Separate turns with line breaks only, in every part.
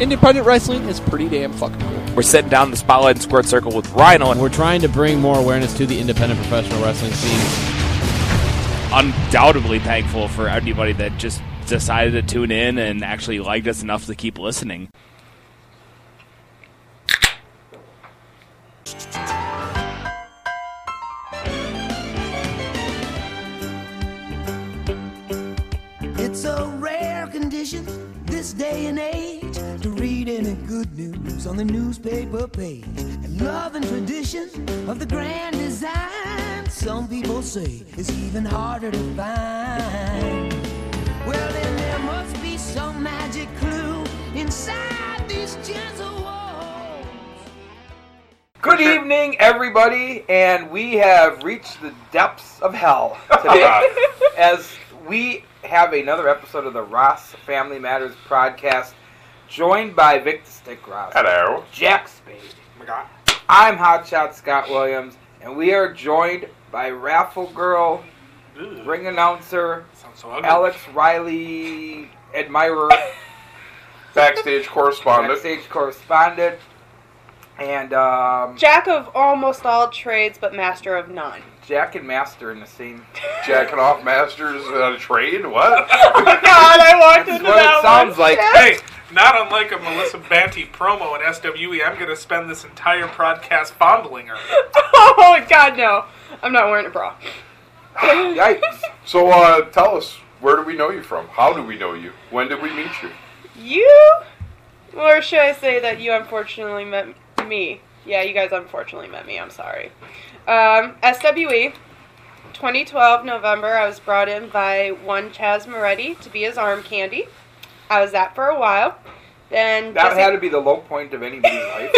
independent wrestling is pretty damn fucking cool.
We're setting down the spotlight and squared circle with Rhino.
We're trying to bring more awareness to the independent professional wrestling scene.
undoubtedly thankful for anybody that just decided to tune in and actually liked us enough to keep listening.
It's a rare condition this day and age to read any good news on the newspaper page. And love and tradition of the grand design, some people say, is even harder to find. Well, then there must be some magic clue inside these gentle walls.
Good evening, everybody, and we have reached the depths of hell today as we have another episode of the Ross Family Matters podcast, joined by Vic the Stick Ross,
Hello.
Jack Spade. I'm Hotshot Scott Williams, and we are joined by Raffle Girl, ring announcer,
Sounds so ugly.
Alex Riley, admirer,
Backstage correspondent.
backstage correspondent, and um,
Jack of almost all trades, but master of none.
Jack and Master in the same.
Jacking off masters on a trade? What?
God, I walked
That's what it sounds like.
Hey, not unlike a Melissa Banty promo in SWE, I'm going to spend this entire podcast fondling her.
Oh God, no! I'm not wearing a bra.
Yikes.
So uh, tell us, where do we know you from? How do we know you? When did we meet you?
You, or should I say that you unfortunately met me? Yeah, you guys unfortunately met me. I'm sorry. Um, SWE, 2012 November. I was brought in by one Chaz Moretti to be his arm candy. I was that for a while. Then
That
Jesse-
had to be the low point of anybody's life.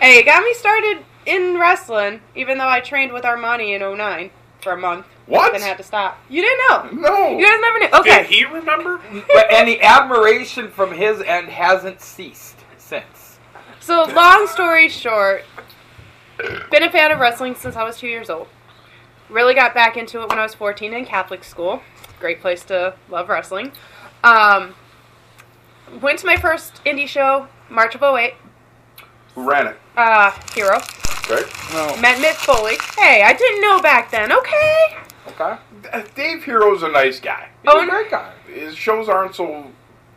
hey, it got me started in wrestling, even though I trained with Armani in 09 for a month.
What?
Then had to stop. You didn't know.
No.
You guys never knew. Okay.
Did he remember?
But, and the admiration from his end hasn't ceased since.
So, long story short, been a fan of wrestling since I was two years old. Really got back into it when I was 14 in Catholic school. Great place to love wrestling. Um, went to my first indie show, March of 08,
Who ran it?
uh, Hero.
Right?
Met Mick Foley. Hey, I didn't know back then, okay?
Okay?
D- Uh, Dave Hero's a nice guy.
He's
Oh,
a great guy.
His shows aren't so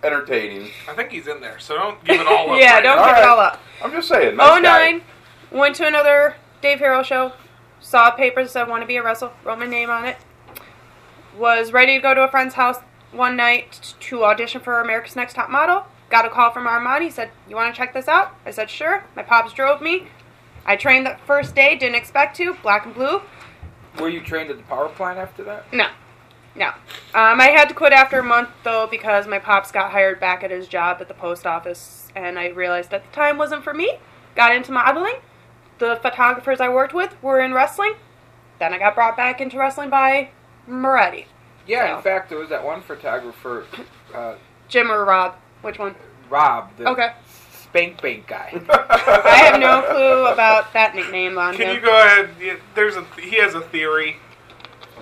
entertaining.
I think he's in there, so don't give it Oh, all up.
yeah,
right
don't
now.
give
Alright.
it all up.
I'm just saying. Nice
Oh nine, went to another Dave Harrell show, saw a paper that said want to be a wrestle, wrote my name on it. Was ready to go to a friend's house one night to audition for America's Next Top Model. Got a call from Armani, said, You want to check this out? I said, Sure. My pops drove me. I trained the first day, didn't expect to, black and blue.
Were you trained at the power plant after that?
No. No. Um, I had to quit after a month, though, because my pops got hired back at his job at the post office, and I realized at the time wasn't for me. Got into modeling. The photographers I worked with were in wrestling. Then I got brought back into wrestling by Moretti.
Yeah,
No.
in fact, there was that one photographer, uh,
Jim or Rob? Which one?
Rob, the
Okay.
spank bank guy.
I have no clue about that nickname on
Can
him.
you go ahead? Yeah, There's a he has a theory.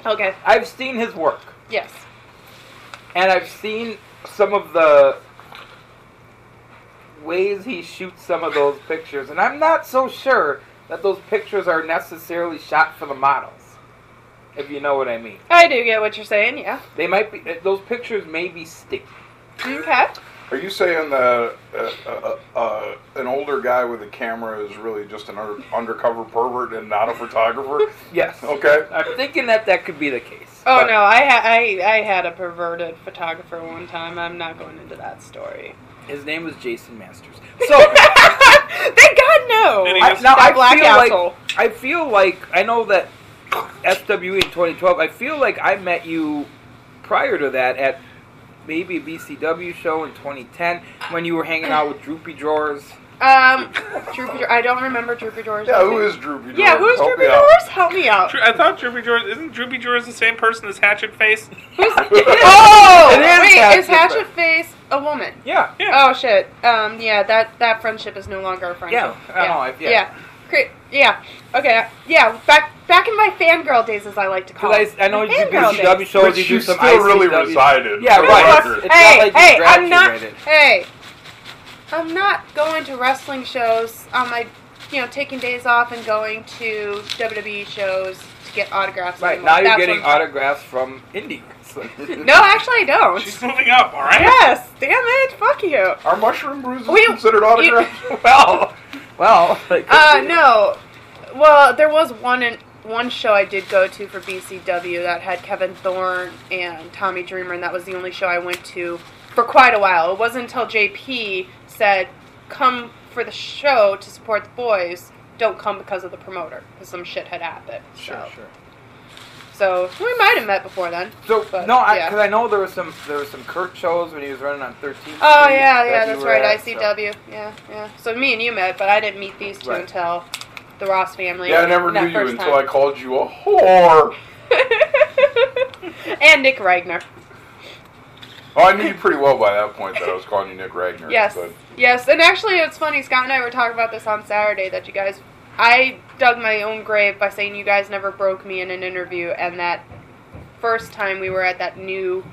okay.
I've seen his work,
Yes.
and I've seen some of the ways he shoots some of those pictures, and I'm not so sure that those pictures are necessarily shot for the models, if you know what I mean.
I do get what you're saying. Yeah.
They might be, eh, those pictures may be sticky.
Okay.
Are you saying that uh, uh, uh, uh, an older guy with a camera is really just an under- undercover pervert and not a photographer?
Yes.
Okay.
I'm thinking that that could be the case.
Oh
But
no, I, ha- I I had a perverted photographer one time. I'm not going into that story.
His name was Jason Masters. So I,
Thank God, no.
And he just-
now
That
I
black
feel
asshole.
like I feel like I know that SWE in 2012. I feel like I met you prior to that at maybe a BCW show in 2010 when you were hanging out with Droopy Drawers.
Um, Droopy Dr- I don't remember Droopy Doors.
Yeah, who is Droopy
Yeah,
Dwarf?
who is
Help
Droopy
me out.
Doors? Help me out.
Dro- I thought Droopy Jor isn't Droopy Jor the same person as Hatchet Face?
Oh,
It is
wait,
Hatchet
is Hatchet Face a woman?
Yeah.
Yeah.
Oh shit. Um, yeah, that that friendship is no longer a friendship.
Yeah, I know, I- yeah.
yeah. Cra- yeah. Okay. Yeah. Back back in my fangirl days, as I like to call.
Because I, I know
it.
you do
Fangirl days.
BCW shows.
But
You
you
do some
still really
ICW
resided.
Yeah,
in
right.
Rochester.
It's not
hey,
like you
hey, I'm not.
graduated.
Hey, I'm not going to wrestling shows on my, you know, taking days off and going to WWE shows to get autographs.
Right
anymore.
now, you're
That's
getting
what I'm-
autographs from indie wrestlers.
No, actually, I
She's
don't.
moving up, all right?
yes, damn it, fuck you.
Are mushroom bruises
We-
considered
you-
autographs?
well, well. it could
Uh,
be.
no. Well, there was one in, one show I did go to for BCW that had Kevin Thorne and Tommy Dreamer, and that was the only show I went to for quite a while. It wasn't until JP said, "Come for the show to support the boys. Don't come because of the promoter, because some shit had happened."
Sure,
so.
sure.
So we might have met before then.
So
But,
no, I
yeah.
because I know there was some there was some Kurt shows when he was running on 13th. Street
Oh yeah, yeah,
that you
that's
were
right.
at, so-
ICW. Yeah, yeah. So me and you met, but I didn't meet these two
Right.
until the Ross family.
Yeah, I never
that
knew you
first
until
time.
I called you a whore.
and Nick Ragnar.
Oh, I knew you pretty well by that point that I was calling you Nick Ragnar.
Yes.
But
Yes. And actually, it's funny. Scott and I were talking about this on Saturday that you guys. I dug my own grave by saying you guys never broke me in an interview, and that first time we were at that new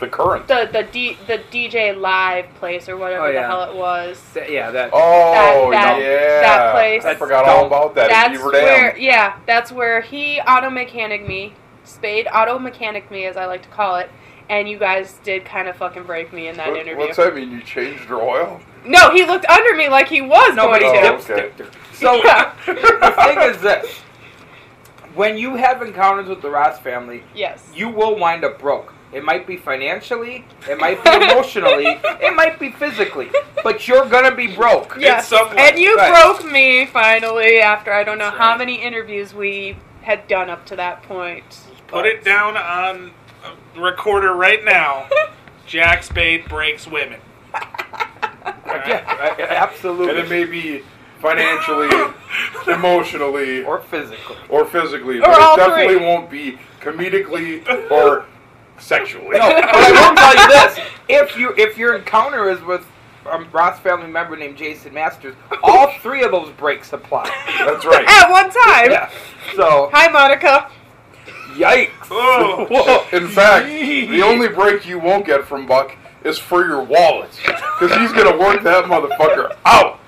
the current.
the the D, the DJ live place or whatever
Oh, yeah.
the hell it was.
Th- yeah, that.
oh,
that-
yeah.
that place.
I forgot all about that in Beaver Dam.
where yeah that's where he auto mechanic me spade auto mechanic me as i like to call it and you guys did kind of fucking break me in that
What-
interview
What's that mean? You changed your oil?
no he looked under me like he was
Nobody
going to
Oh,
did.
okay.
So
Yeah.
the thing is this: when you have encounters with the Ross family,
yes
you will wind up broke. It might be financially, it might be emotionally, it might be physically, but you're gonna be broke.
yes
some way.
and you
Right.
broke me finally after i don't know
That's
how
right.
many interviews we had done up to that point
Put it down on a recorder right now. Jack Spade breaks women.
Yeah, a- a-
And it
absolutely.
may be financially, emotionally,
Or physically.
or physically,
Or
but
all
it definitely
three.
won't be comedically or sexually.
No, but I will tell you this: if you if your encounter is with a Ross family member named Jason Masters, all three of those breaks apply.
That's right.
at one time
Yeah. So
hi monica
yikes.
Oh,
Whoa.
In fact, the only break you won't get from Buck is for your wallet, because he's gonna work that motherfucker out.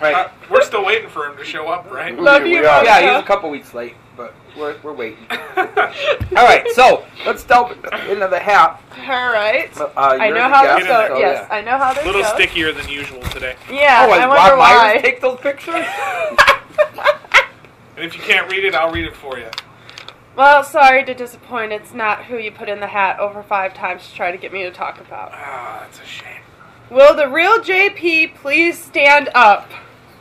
Right.
uh, we're still waiting for him to show up, right?
Love you,
are.
Yeah, he's a couple weeks late, but we're we're waiting. All right, so let's delve into the hat.
all right
Uh,
i
you're
know
the
how
guest,
this goes
so
yes
yeah.
i know how this
A little
goes
stickier than usual today.
yeah
Oh,
i
and
wonder
Rob
why
Myers take those pictures.
And if you can't read it, I'll read it for you.
Well, sorry to disappoint. It's not who you put in the hat over five times to try to get me to talk about.
Ah, that's a shame.
Will the real JP please stand up?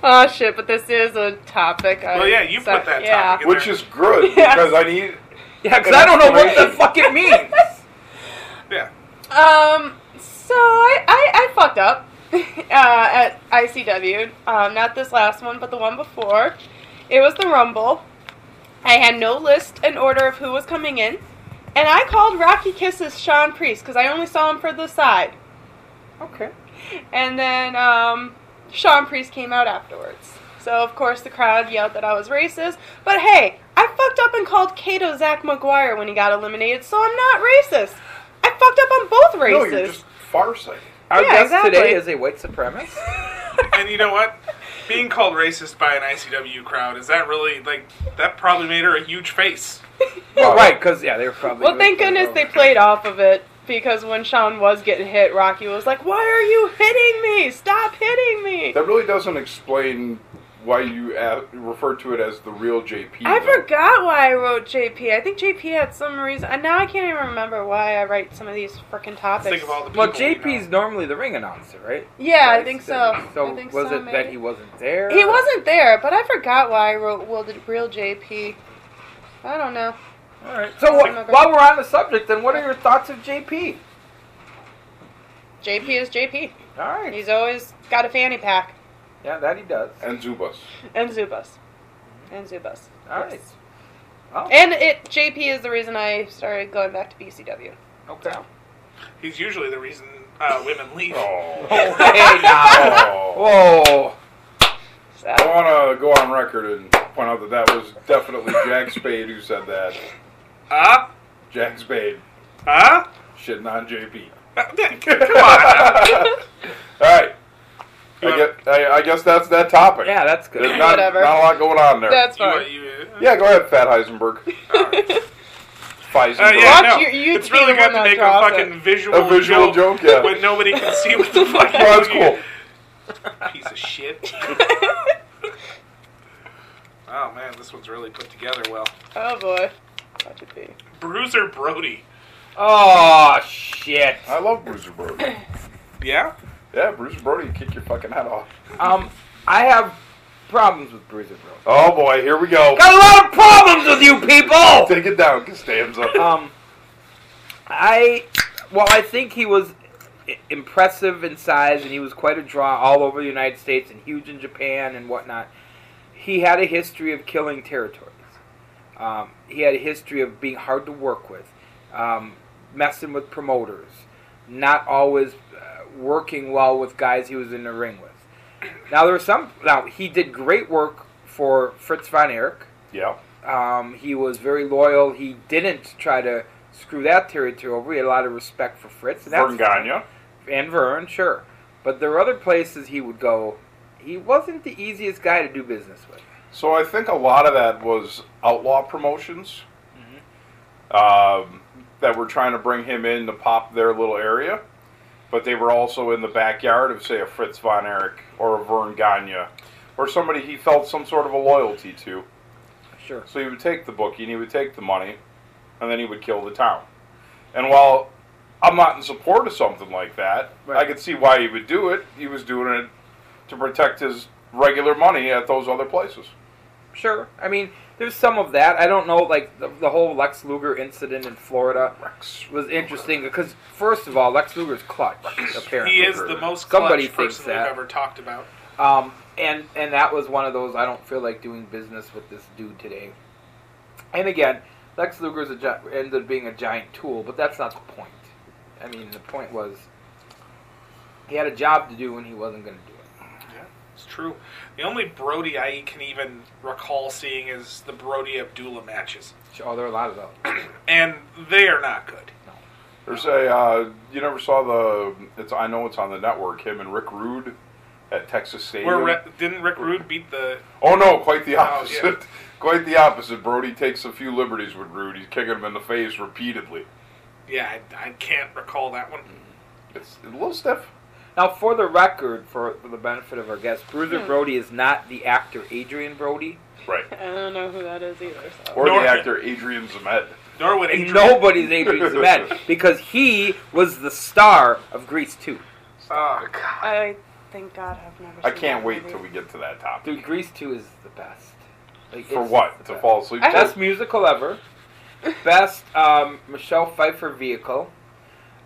Oh shit! But this is a topic. I-
Well, yeah, you
so-
put that
yeah.
topic in
Which
there.
is good
Yeah.
because I need.
Yeah, because I don't know what the fuck it means.
Yeah.
Um. So I I, I fucked up uh, at ICW. Um, not this last one, but the one before. It was the Rumble. I had no list and order of who was coming in, and I called Rocky Kisses Sean Priest because I only saw him for the side.
Okay.
And then um, Sean Priest came out afterwards. So, of course, the crowd yelled that I was racist. But hey, I fucked up and called Kato Zach McGuire when he got eliminated, so I'm not racist. I fucked up on both
No,
races.
you're just farsighted.
Our
Yeah,
guest
exactly.
today is a white supremacist.
And you know what? Being called racist by an ICW crowd, is that really, like, that probably made her a huge face.
Well, right, because yeah, they were probably. oh,
well, thank goodness they played off of it because when Sean was getting hit, Rocky was like, Why are you hitting me? Stop hitting me.
That really doesn't explain why you a refer to it as the real JP.
I
though.
forgot why I wrote JP. I think JP had some reason. And now I can't even remember why I write some of these freaking topics.
Let's think of all the people.
Well,
we
JP's
know.
normally the ring announcer, right?
Yeah, I
Right,
think so.
So
I think
was
so,
it that
maybe.
he wasn't there?
He wasn't there, but I forgot why I wrote "Will the Real JP." I don't know.
All right. So
I don't
wh-
remember.
while we're on the subject, then what are your thoughts of JP?
JP is JP.
All right.
He's always got a fanny pack
Yeah, that he does.
And Zubas.
and Zubas, and Zubas.
All right.
And it JP is the reason I started going back to BCW.
Okay.
He's usually the reason uh, women leave.
Oh.
Oh, hey now.
Oh.
Whoa.
So
I want to go on record and point out that that was definitely Jack Spade who said that.
Huh?
Jack Spade
Huh? Uh,
shitting on JP.
Come on.
All right. I guess, I, I guess that's that topic.
Yeah, that's good.
There's not,
Whatever.
not a lot going on there.
That's
You,
fine.
you,
yeah, go ahead, Fat Heisenberg.
Uh,
Heisenberg.
yeah,
Watch,
no.
you- you'd
it's
be
really
the one
good to
that
make a
draws
fucking
it.
visual,
A visual joke, yeah.
when nobody can see what the fuck.
Oh, that's cool.
Piece of shit. oh man, this one's really put together well.
Oh boy. That should be.
Bruiser Brody.
Oh shit.
I love Bruiser Brody.
Yeah.
Yeah, Bruiser Brody, kick your fucking head off.
Um, I have problems with Bruiser Brody.
Oh boy, here we go.
Got a lot of problems with you people.
Take it down, Costanza.
Um, I well, I think he was i- impressive in size, and he was quite a draw all over the United States and huge in Japan and whatnot. He had a history of killing territories. Um, he had a history of being hard to work with, um, messing with promoters, not always uh, working well with guys he was in the ring with. Now there were some. Now he did great work for Fritz von Erich.
yeah.
Um, he was very loyal. He didn't try to screw that territory over. He had a lot of respect for Fritz. And that's-
Vergagna.
And Vern, sure. But there were other places he would go. He wasn't the easiest guy to do business with.
So I think a lot of that was outlaw promotions um, that were trying to bring him in to pop their little area, but they were also in the backyard of, say, a Fritz von Erich or a Vern Gagne or somebody he felt some sort of a loyalty to.
Sure.
So he would take the bookie and he would take the money, and then he would kill the town. And while I'm not in support of something like that, I
Right.
could see why he would do it. He was doing it to protect his regular money at those other places.
Sure. I mean, there's some of that. I don't know, like, the, the whole Lex Luger incident in Florida
Rex.
was interesting because, first of all, Lex Luger's clutch, apparently.
He is the most
Somebody
clutch
thinks
person
that.
we've ever talked about.
Um, and and that was one of those I don't feel like doing business with this dude today. And again, Lex Luger's a gi- ended up being a giant tool, but that's not the point. I mean, the point was he had a job to do and he wasn't going to do it.
Yeah, it's true. The only Brody I can even recall seeing is the Brody Abdullah matches,
Oh, there are a lot of those.
and they are not good.
There's a uh, you never saw the it's I know it's on the network. Him and Rick Rude at Texas Stadium.
Where Re- didn't Rick Rude beat the?
oh no, quite the
yeah.
opposite. Quite the opposite. Brody takes a few liberties with Rude. He's kicking him in the face repeatedly.
Yeah, I, I can't recall that one.
It's a little stiff.
Now, for the record, for, for the benefit of our guests, Bruiser
Hmm.
Brody is not the actor Adrian Brody.
Right.
I don't know who that is either. So.
Or
Nor-
the actor Adrian Zemed.
Nor would
And
Adrian.
nobody's Adrian Zemed because he was the star of Grease 2.
Oh, God.
I thank God I've never.
I
seen
can't
that
wait
movie.
till we get to that topic.
Dude, Grease 2 is the best. Like,
For
it's the
what? To
best.
fall asleep?
I-
to?
Best musical ever. Best um, Michelle Pfeiffer vehicle.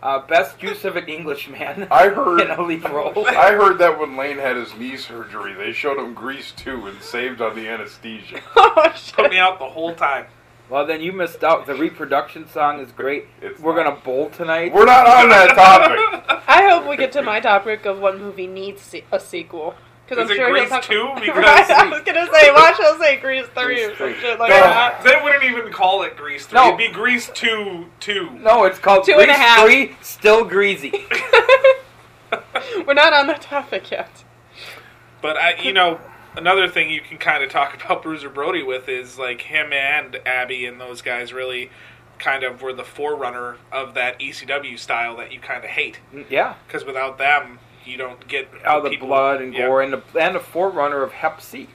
Uh, best use of an Englishman
I
in
heard.
a lead role.
I heard that when Lane had his knee surgery, they showed him Grease 2 and saved on the anesthesia.
Oh
put
shit!
me out the whole time.
Well, then you missed out. The reproduction song is great.
It's
We're
not.
gonna bowl tonight.
We're not on that topic.
I hope we get to my topic of what movie needs se- a sequel. Because I'm
Is it
sure he'll
Grease
talk.
two?
Right, I
Because
was gonna say, watch he'll say Grease three
Grease
or some
three.
shit like
Ugh.
that.
they wouldn't even call it Grease three.
No.
It'd be Grease two two.
no, it's called
Two
Grease
and a half.
Three, still greasy.
We're not on that topic yet.
But I, you know, another thing you can kind of talk about Bruiser Brody with is like him and Abby and those guys really kind of were the forerunner of that ECW style that you kind of hate
Mm, yeah,
because without them you don't get
all the
people-
blood and
yeah.
gore, and the and the forerunner of Hep C.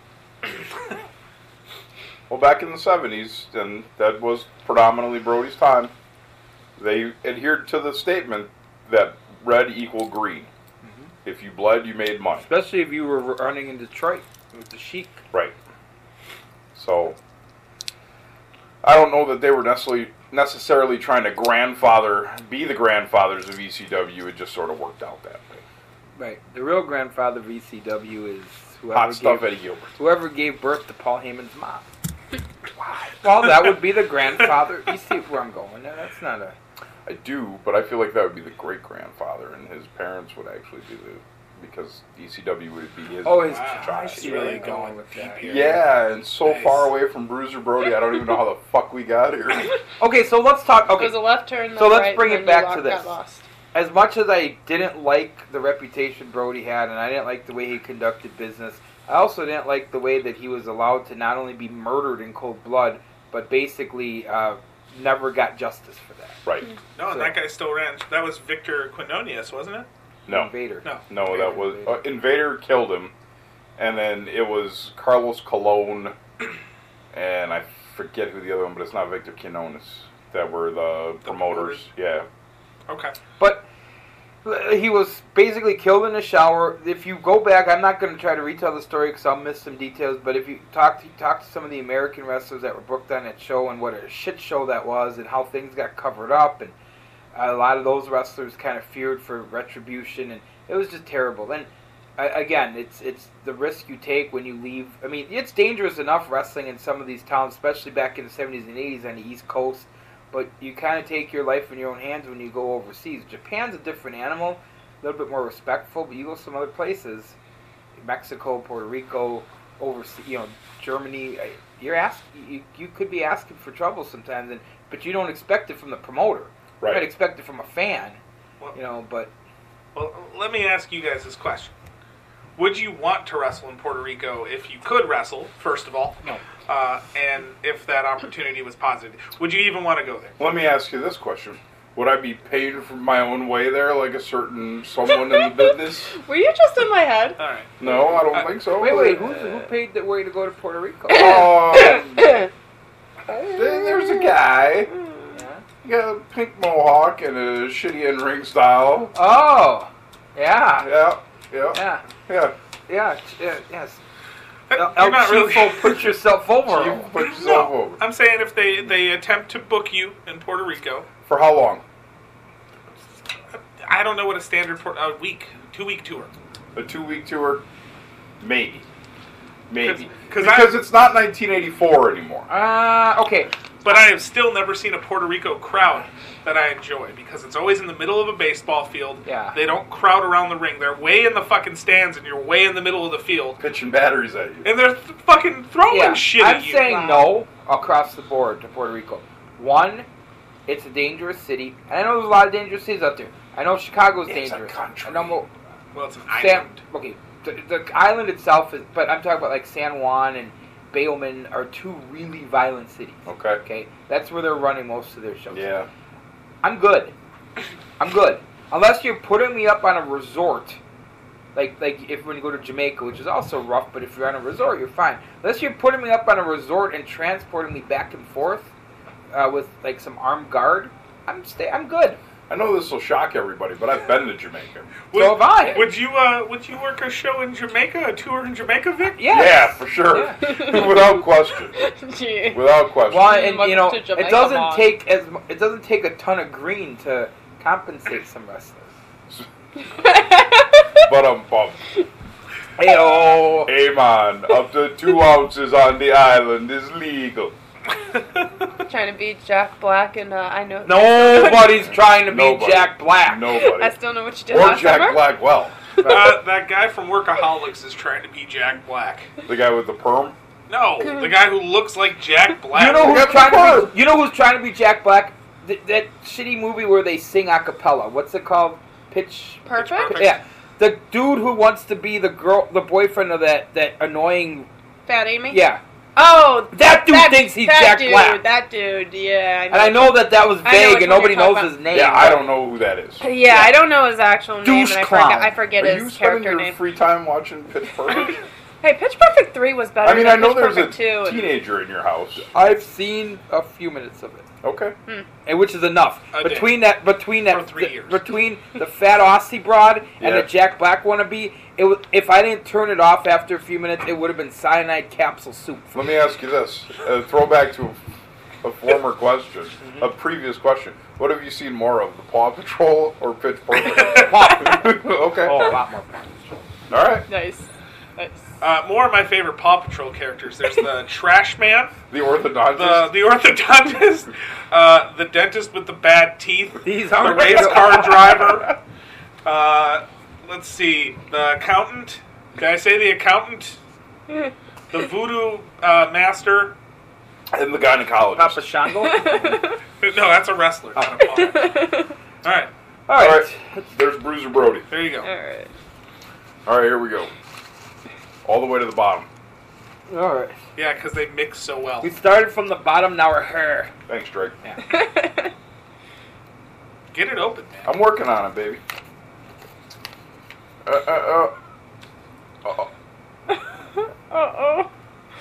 Well, back in the 70s, and that was predominantly Brody's time, they adhered to the statement that red equaled green.
Mm-hmm.
If you bled, you made money.
Especially if you were running in Detroit with the Sheik.
Right. So, I don't know that they were necessarily necessarily trying to grandfather, be the grandfathers of ECW. It just sort of worked out that way.
Right. The real grandfather of ECW is whoever
Hot stuff,
gave
Eddie Gilbert.
whoever gave birth to Paul Heyman's mom. Well, that would be the grandfather. You see where I'm going? Now, that's not a.
I do, but I feel like that would be the great grandfather, and his parents would actually be the because ECW would be his.
Oh, his
Wow,
I
he's
see
really
where you're
going
going with
deep
that.
here.
Yeah, and so
Nice.
far away from Bruiser Brody, I don't even know how the fuck we got here.
Okay, so let's talk.
It was a
Okay,
left turn.
So
left,
let's
right,
bring
and
it
then you
back to
lost- got
this.
Lost.
as much as I didn't like the reputation Brody had, and I didn't like the way he conducted business, I also didn't like the way that he was allowed to not only be murdered in cold blood, but basically uh, never got justice for that.
Right.
No, and that guy still ran. That was Victor Quinonius, wasn't it?
No.
Invader.
No.
No, that was uh, Invader killed him, and then it was Carlos Colon, and I forget who the other one, but it's not Victor Quinones that were the, promoters. Yeah,
Okay.
But uh, he was basically killed in a shower. If you go back, I'm not going to try to retell the story because I'll miss some details. But if you talk to talk to some of the American wrestlers that were booked on that show and what a shit show that was and how things got covered up and a lot of those wrestlers kind of feared for retribution and it was just terrible. And I- again, it's it's the risk you take when you leave. I mean, it's dangerous enough wrestling in some of these towns, especially back in the 70s and 80s on the East Coast but you kind of take your life in your own hands when you go overseas. Japan's a different animal, a little bit more respectful, but you go some other places, Mexico, Puerto Rico, overseas, you know, Germany, I- you're ask, you, you could be asking for trouble sometimes, and but you don't expect it from the promoter. You might
right.
expect it from a fan,
Well,
you know, but
well, let me ask you guys this question: Would you want to wrestle in Puerto Rico if you could wrestle? First of all,
No.
Uh, and if that opportunity was positive, would you even want to go there?
Let me ask you this question: Would I be paid for my own way there, like a certain someone in the business?
Were you just in my head?
All right.
No, I don't think so.
wait, wait, who's,
Uh,
who paid the way to go to Puerto Rico?
Um, there- there's a guy. He got a pink mohawk and a shitty in-ring style.
oh, yeah,
Yeah, yeah,
yeah,
yeah.
yeah, ch- yeah yes.
You're
El
not really.
Chifo, put yourself over.
You put yourself
No,
over.
I'm saying if they they attempt to book you in Puerto Rico,
For how long?
I don't know what a standard for a week, two week tour.
A two-week tour? Maybe. Maybe.
'Cause- 'cause
because
I-
it's not 1984 anymore.
Uh, okay.
But I have still never seen a Puerto Rico crowd that I enjoy because it's always in the middle of a baseball field.
Yeah.
They don't crowd around the ring. They're way in the fucking stands and you're way in the middle of the field.
Pitching batteries at you.
And they're th- fucking throwing
yeah,
shit
I'm
at you.
saying no across the board to Puerto Rico. One, it's a dangerous city. And I know there's a lot of dangerous cities out there. I know Chicago's
It's a
dangerous.
country.
I know Mo-
Well, it's an
San,
island.
okay, the, the island itself is, but I'm talking about like San Juan and Bayleman are two really violent cities.
Okay.
Okay, that's where they're running most of their shows.
Yeah.
I'm good. I'm good. Unless you're putting me up on a resort, like like if when you go to Jamaica, which is also rough, but if you're on a resort, you're fine. Unless you're putting me up on a resort and transporting me back and forth uh, with like some armed guard, I'm stay. I'm good.
I know this will shock everybody, but I've been to Jamaica.
Would,
so have I.
Would you uh would you work a show in Jamaica, a tour in Jamaica, Vic?
Yes.
Yeah, for sure. Without question.
Gee.
Without question.
Well, and
Welcome
you know,
to
it
Jamaica,
doesn't
Mom.
take as mu- it doesn't take a ton of green to compensate some wrestlers.
But I'm bummed.
Ayo.
Amon, up to two ounces on the island is legal.
Trying to be Jack Black and uh, I know.
Nobody's trying to be
Nobody.
Jack Black.
I
Nobody.
still know what you did
Or
last
Jack
summer.
Blackwell.
Uh, that guy from Workaholics is trying to be Jack Black.
The guy with the perm.
No, the guy who looks like Jack Black.
You know
Look
who's
at the
trying to
bird.
be, You know who's trying to be Jack Black? Th- that shitty movie where they sing a cappella. What's it called? Pitch.
Perfect.
Perfect.
Yeah. The dude who wants to be the girl, the boyfriend of that that annoying.
Fat Amy.
Yeah.
Oh,
That dude thinks he's
that
Jack
dude,
Black.
That dude. Yeah.
And I know that that was
I know
vague
which
and
one
nobody
you're talking
knows
about.
his name.
Yeah, I don't know who that is.
Yeah, I don't know his actual name,
Douche
and I
clown.
forget, I forget
Are you
his
spending
character
your
name.
free time watching Pitch Perfect?
hey, Pitch Perfect three was better.
I mean, I
than
know
Pitch
there's a
Perfect two. and-
teenager in your house.
I've seen a few minutes of it.
Okay.
Hmm.
and which is enough
A day.
between that between that
For three
th-
years.
between the fat Aussie broad and
Yeah.
the Jack Black wannabe. It was, if I didn't turn it off after a few minutes, it would have been cyanide capsule soup.
Let me ask you this: a throwback to a former question,
Mm-hmm.
a previous question. What have you seen more of, the Paw Patrol or Pitch Perfect?
Pop.
okay.
oh, a
All
lot more.
right.
Nice. Nice.
Uh, more of my favorite Paw Patrol characters. There's the Trash Man,
The
the
orthodontist.
the orthodontist, uh, the dentist with the bad teeth,
These
the
are
race car driver. Uh, let's see, the accountant. Did I say the accountant? The voodoo uh, master.
and the gynecologist.
Papa Shango.
No, that's a wrestler. Not a paw. All right.
All
All
right.
right, there's Bruiser Brody.
There you go.
All right.
All right, here we go. All the way to the bottom.
All right.
Yeah, because they mix so well.
We started from the bottom. Now we're here.
Thanks, Drake.
Get it open, man.
I'm working on it, baby. Uh, uh, uh. Uh-oh.
Uh-oh.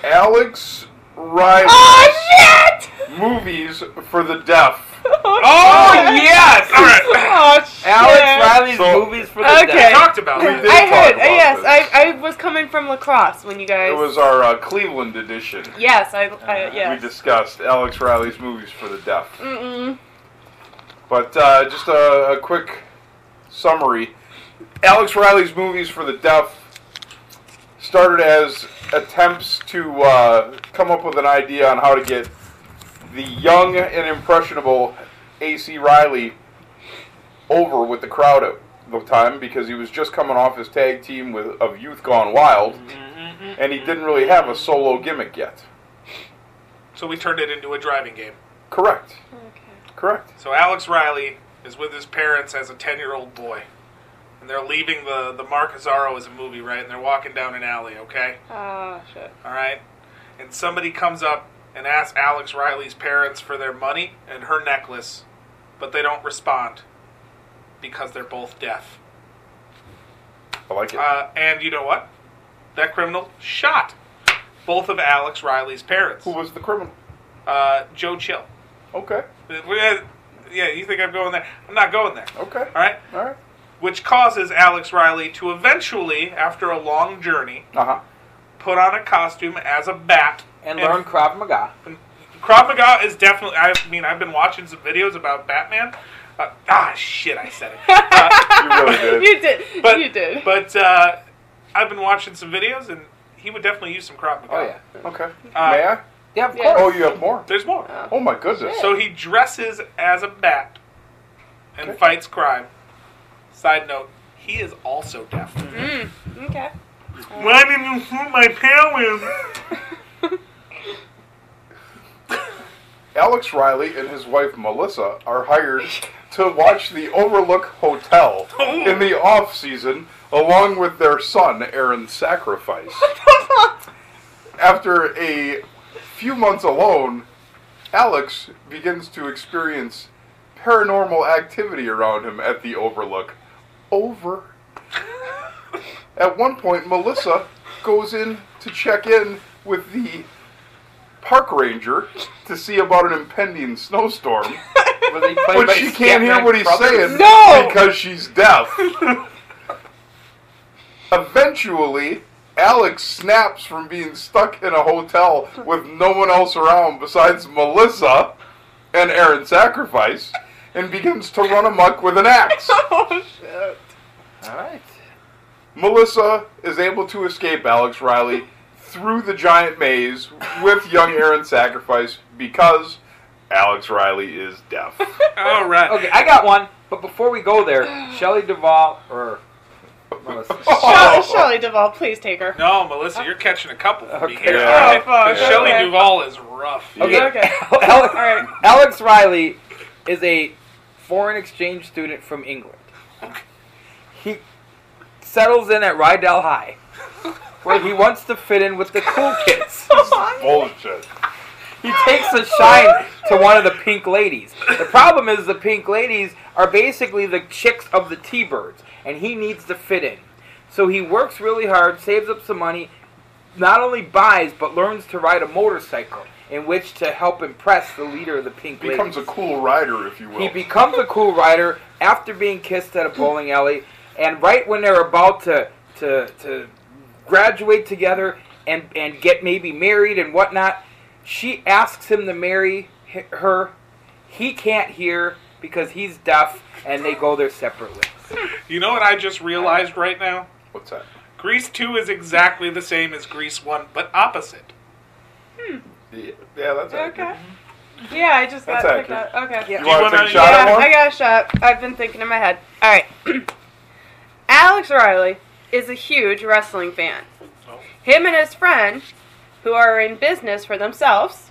Alex Riley
Oh, shit!
movies for the deaf.
Oh yes.
All right.
Oh, shit.
Alex Riley's
So-
movies for the
Okay.
We
deaf.
talked about
We
it.
did
I
talk
heard.
about
Yes,
this.
I, I was coming from lacrosse when you guys.
It was our uh, Cleveland edition.
Yes, I. I yes.
Uh, We discussed Alex Riley's movies for the deaf.
Mm-mm.
But uh, just a, a quick summary Alex Riley's movies for the deaf started as attempts to uh, come up with an idea on how to get the young and impressionable AC Riley over with the crowd at the time because he was just coming off his tag team with of Youth Gone Wild and he didn't really have a solo gimmick yet.
So we turned it into a driving game.
Correct.
Okay.
Correct.
So Alex Riley is with his parents as a ten-year-old boy, and they're leaving the the Mark Azaro is a movie, right? And they're walking down an alley. Okay.
Oh shit.
All right. And somebody comes up and asks Alex Riley's parents for their money and her necklace, but they don't respond because they're both deaf.
I like it.
Uh, and you know what? That criminal shot both of Alex Riley's parents.
Who was the criminal?
Uh, Joe Chill.
Okay.
Uh, we- uh, Yeah, you think I'm going there? I'm not going there.
Okay.
All right?
All right.
Which causes Alex Riley to eventually, after a long journey,
Uh huh.
put on a costume as a bat
And learn Krav Maga.
Krav Maga is definitely. I mean, I've been watching some videos about Batman. Uh, ah, shit, I said it. Uh,
You really did.
You did.
But
you did.
But uh, I've been watching some videos, and he would definitely use some Krav Maga.
Oh yeah.
Okay. May I?
Yeah, of
Yeah.
course.
Oh, you have more.
There's more.
Oh my goodness.
So he dresses as a bat and
Okay.
fights crime. Side note: He is also deaf.
Mm-hmm. okay.
Why did you shoot my parents?
Alex Riley and his wife Melissa are hired to watch the Overlook Hotel in the off season, along with their son Aaron Sacrifice. After a few months alone, Alex begins to experience paranormal activity around him at the Overlook. Over. At one point, Melissa goes in to check in with the park ranger to see about an impending snowstorm,
Was he played
but
by
she can't hear
Scatman
what he's
Crothers?
saying
No!
because she's deaf. Eventually, Alex snaps from being stuck in a hotel with no one else around besides Melissa and Aaron Sacrifice and begins to run amok with an axe.
Oh shit.
All right.
Melissa is able to escape Alex Riley through the giant maze with young Aaron Sacrifice because Alex Riley is deaf.
All right.
Okay, I got one. But before we go there, Shelley Duvall or Melissa.
Oh. Shelley Duvall, please take her.
No, Melissa, you're catching a couple from me
Okay.
here.
Yeah.
all right?
Oh, fuck,
Shelley
okay.
Duvall is rough.
Okay.
Okay.
Alex,
All right.
Alex Riley is a foreign exchange student from England. He settles in at Rydell High, where he wants to fit in with the cool kids.
Bullshit.
He takes a shine to one of the pink ladies. The problem is the pink ladies are basically the chicks of the T-Birds, and he needs to fit in. So he works really hard, saves up some money, not only buys but learns to ride a motorcycle, in which to help impress the leader of the pink ladies.
Becomes a cool rider, if you will.
He becomes a cool rider after being kissed at a bowling alley, and right when they're about to to to graduate together and and get maybe married and whatnot, she asks him to marry h- her. He can't hear because he's deaf, and they go their separate ways.
You know what I just realized right now?
What's that?
Grease 2 is exactly the same as Grease 1, but opposite.
Yeah, yeah, that's
Okay.
accurate.
Yeah, I just got
That's
picked
accurate.
up. Okay.
Yeah.
You
Do
want to
you
take
wanna-
a shot at
yeah,
one?
I got a shot. I've been thinking in my head. All right. Alex Riley is a huge wrestling fan.
Oh.
Him and his friend, who are in business for themselves,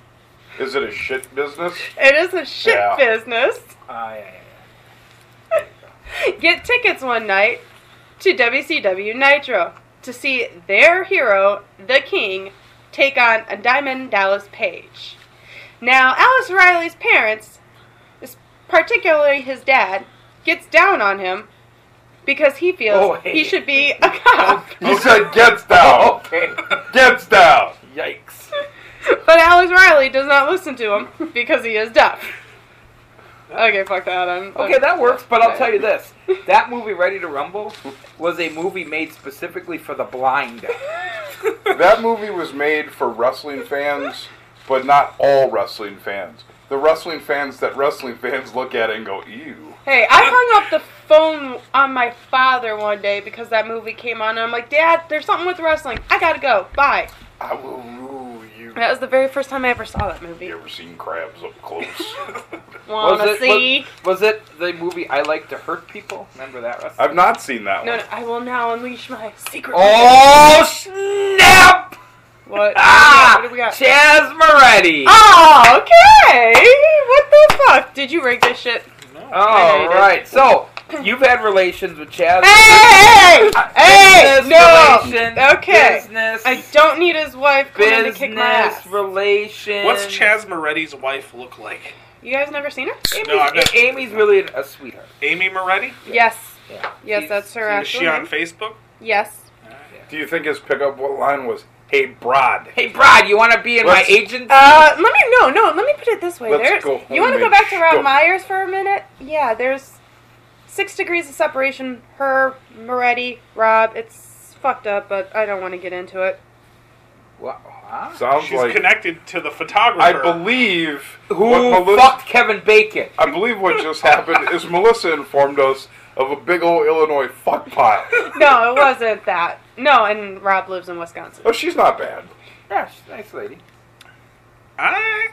Is it a shit business?
it is a shit
Yeah.
business.
Ah, yeah, yeah,
get tickets one night to WCW Nitro to see their hero, the King, take on a Diamond Dallas Page. Now, Alice Riley's parents, is- particularly his dad, gets down on him because he feels
Oh, hey.
he should be a cop.
He said, "Gets down,
Okay.
gets Oh. down."
Yikes.
But Alex Riley does not listen to him because he is deaf. Okay, fuck that. I'm,
Okay, that works, but I'll tell you this. That movie, Ready to Rumble, was a movie made specifically for the blind.
That movie was made for wrestling fans, but not all wrestling fans. The wrestling fans that wrestling fans look at it and go, "Ew."
Hey, I hung up the phone on my father one day because that movie came on, and I'm like, Dad, there's something with wrestling. I gotta go. Bye.
I will rule you.
That was the very first time I ever saw that movie.
You ever seen crabs up close?
Wanna
was,
see?
it, was, was it the movie I Like to Hurt People? Remember that? Russ?
I've not seen that
No,
one.
no, I will now unleash my secret.
Oh, snap!
What?
Ah!
what do we got?
Chaz Moretti!
Oh, okay. What the fuck? Did you rig this shit? I know
All
you did.
right, so you've had relations with Chaz.
Hey! Hey!
business
No!
relations,
Okay.
Business.
I don't need his wife coming to kick my ass.
business relations.
What's Chaz Moretti's wife look like?
You guys never seen her?
Amy's,
No, I've not-
Amy's really a sweetheart.
Amy Moretti?
Yes.
Yeah.
Yes,
She's-
that's her
Is
actual
she on
name.
Facebook?
Yes.
Do you think his pickup line was, "Hey, Brad"?
Hey, Brad, you want to be in my
Let's-
agency?
Uh, let me no, no. Let me put it this way.
Let's
there's,
go home
you want to go
and
back to Rob
go.
Myers for a minute? Yeah, there's six degrees of separation. Her, Moretti, Rob. It's fucked up, but I don't want to get into it.
Wha- huh?
Sounds
She's
like
connected to the photographer.
I believe
Who
what Melissa,
fucked Kevin Bacon?
I believe what just happened is Melissa informed us of a big old Illinois fuck pile.
No, it wasn't that. No, and Rob lives in Wisconsin.
Oh, she's not bad.
Yeah, she's a nice lady.
Alright.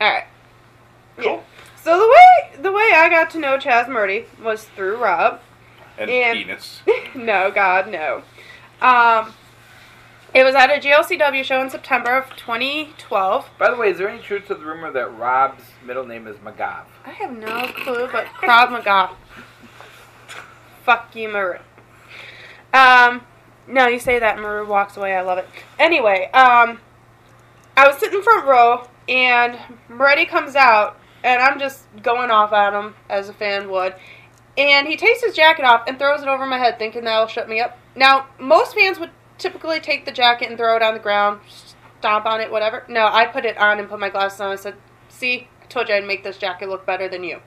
All right.
Cool.
So the way the way I got to know Chaz Moretti was through Rob.
And
Yeah.
penis.
no, God, no. Um, it was at a GLCW show in September of 2012.
By the way, is there any truth to the rumor that Rob's middle name is Magav?
I have no clue, but Krav Maga. Fuck you, Maru. Um, no, you say that, Maru walks away. I love it. Anyway, um, I was sitting front row, and Moretti comes out, and I'm just going off at him as a fan would. And he takes his jacket off and throws it over my head, thinking that'll shut me up. Now, most fans would typically take the jacket and throw it on the ground, stomp on it, whatever. No, I put it on and put my glasses on. I said, "See, I told you I'd make this jacket look better than you."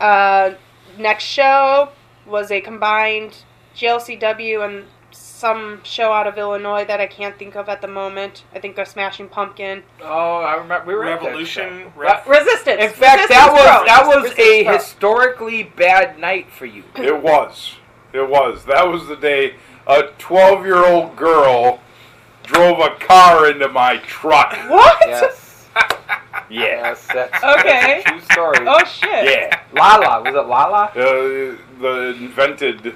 Uh, next show was a combined JLCW and some show out of Illinois that I can't think of at the moment. I think a Smashing Pumpkin,
Oh, I remember. We were at that
Revolution.
show.
Rev-
Resistance.
In fact, that
Resistance
was
Pro.
that was a
Resistance Pro.
historically bad night for you.
It was. It was. That was the day a 12 year old girl drove a car into my truck.
what?
Yes,
Yeah.
yes, that's
Okay.
that's a true story.
Oh shit.
Yeah.
Lala, was it Lala?
Uh, the invented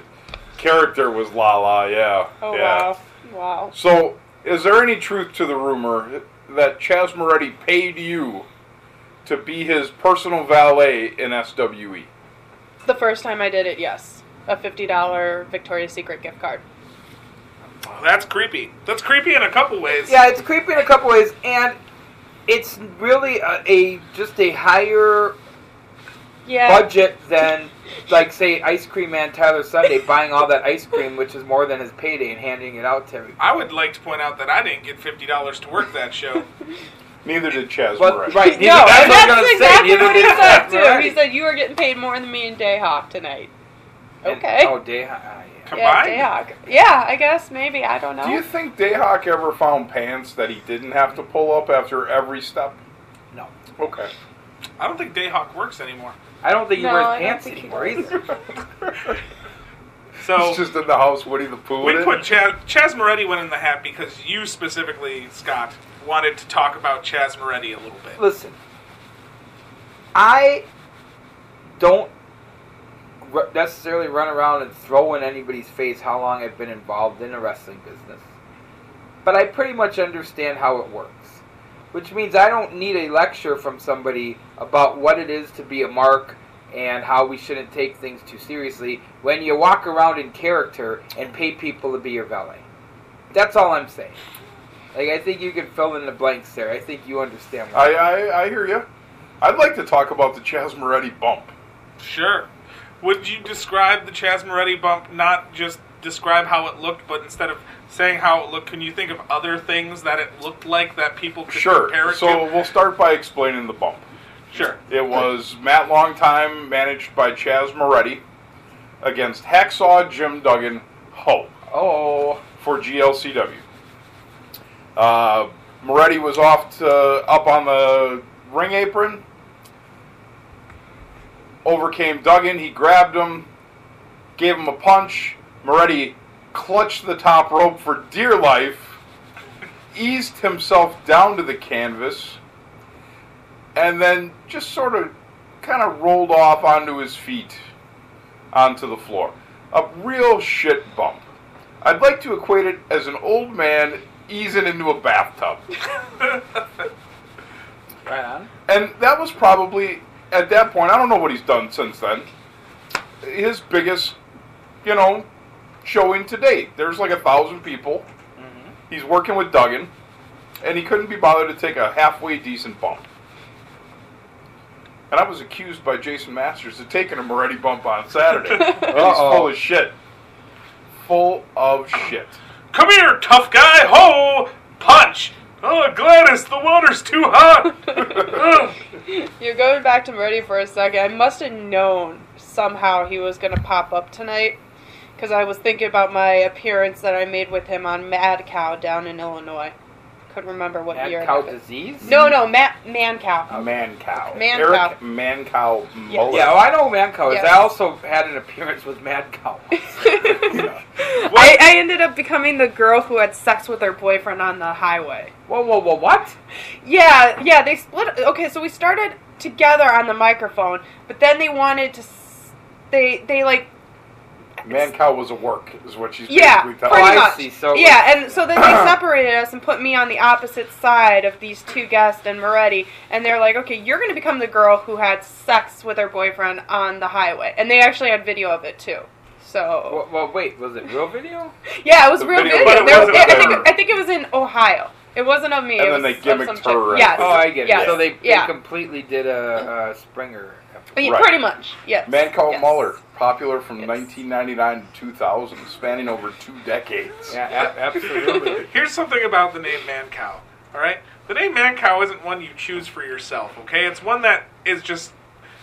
character was Lala, yeah.
Oh
yeah.
wow. Wow.
So, is there any truth to the rumor that Chaz Moretti paid you to be his personal valet in E? SWE?
The first time I did it, yes. A $50 Victoria's Secret gift card.
Well, that's creepy. That's creepy in a couple ways.
Yeah, it's creepy in a couple ways, and it's really a, a just a higher
Yeah.
budget than like say ice cream man Tyler Sunday buying all that ice cream, which is more than his payday, and handing it out to everybody.
I would like to point out that I didn't get fifty dollars to work that show.
Neither did Chaz
But
Moretti.
right,
no,
that's
and
what I'm
that's
gonna
exactly
say. neither
what he
did
said,
Seth
too.
Moretti.
He said, You are getting paid more than me and Dayhawk tonight.
And-
Okay.
oh, Day. ah, yeah.
Combined.
Yeah, Dayhawk. Yeah, I guess, maybe. I don't know.
Do you think Dayhawk ever found pants that he didn't have to pull up after every step?
No,
Okay.
I don't think Dayhawk works anymore.
I don't think he
No,
wears
I don't
pants
think he
anymore
does.
either.
So
He's just in the house, Woody the Pooh.
we
in it.
put Chaz, Chaz Moretti went in the hat because you specifically, Scott, wanted to talk about Chaz Moretti a little bit.
Listen, I don't r- necessarily run around and throw in anybody's face how long I've been involved in the wrestling business, but I pretty much understand how it works, which means I don't need a lecture from somebody about what it is to be a mark and how we shouldn't take things too seriously when you walk around in character and pay people to be your valet. That's all I'm saying. Like I think you can fill in the blanks there. I think you understand. What
I, I, I hear you. I'd like to talk about the Chaz Moretti bump.
Sure. Would you describe the Chaz Moretti bump, not just describe how it looked, but instead of saying how it looked, can you think of other things that it looked like that people could compare
Sure.
it
So
to?
we'll start by explaining the bump.
Sure.
It was Matt Longtime, managed by Chaz Moretti, against Hacksaw Jim Duggan Ho
oh,
for GLCW. Uh, Moretti was off to, up on the ring apron, overcame Duggan. He grabbed him, gave him a punch. Moretti clutched the top rope for dear life, eased himself down to the canvas, and then just sort of kind of rolled off onto his feet onto the floor. A real shit bump. I'd like to equate it as an old man easing into a bathtub.
right on.
And that was probably, at that point, I don't know what he's done since then, his biggest, you know, showing to date. There's like a thousand people.
Mm-hmm.
He's working with Duggan, and he couldn't be bothered to take a halfway decent bump. And I was accused by Jason Masters of taking a Moretti bump on Saturday. and he's
Uh-oh.
full of shit. Full of shit.
Come here, tough guy. Ho! Punch! Oh, Gladys, the water's too hot. Ugh.
You're going back to Murdy for a second. I must have known somehow he was going to pop up tonight because I was thinking about my appearance that I made with him on Mad Cow down in Illinois. Couldn't remember what
Mad
year. it
cow
happened.
disease?
No, no, ma- Man Cow.
Man cow.
Man
Eric
cow.
Man cow Mullet.
Yeah, well, I know man cow is.
Yes.
I also had an appearance with Mad Cow.
I, I ended up becoming the girl who had sex with her boyfriend on the highway.
Whoa, whoa, whoa! What?
Yeah, yeah, they split. Okay, so we started together on the microphone, but then they wanted to. s- They they like
Man cow was a work, is what she's
yeah,
basically
pretty
telling
Oh, I
us.
much.
see, so-
yeah, and so then they separated us and put me on the opposite side of these two guests and Moretti, and they're like, okay, you're gonna become the girl who had sex with her boyfriend on the highway, and they actually had video of it too. So
Well, wait, was it real video?
yeah, it was
The
real
video,
video.
but it
There-
wasn't
I- I
of her.
think I think it was in Ohio. It wasn't of me.
And
it
then
was
they
of
gimmicked
some
her
chick.
as-
Yes.
Oh, I get
yes,
it. So they, they
yeah.
completely did a, a Springer. episode.
Yeah,
Right.
Pretty much, yes.
Manco
yes.
Muller, popular from
Yes.
1999 to 2000, spanning over two decades.
Yeah, a- absolutely.
Here's something about the name Man Cow. All right, the name Man Cow isn't one you choose for yourself. Okay, it's one that is just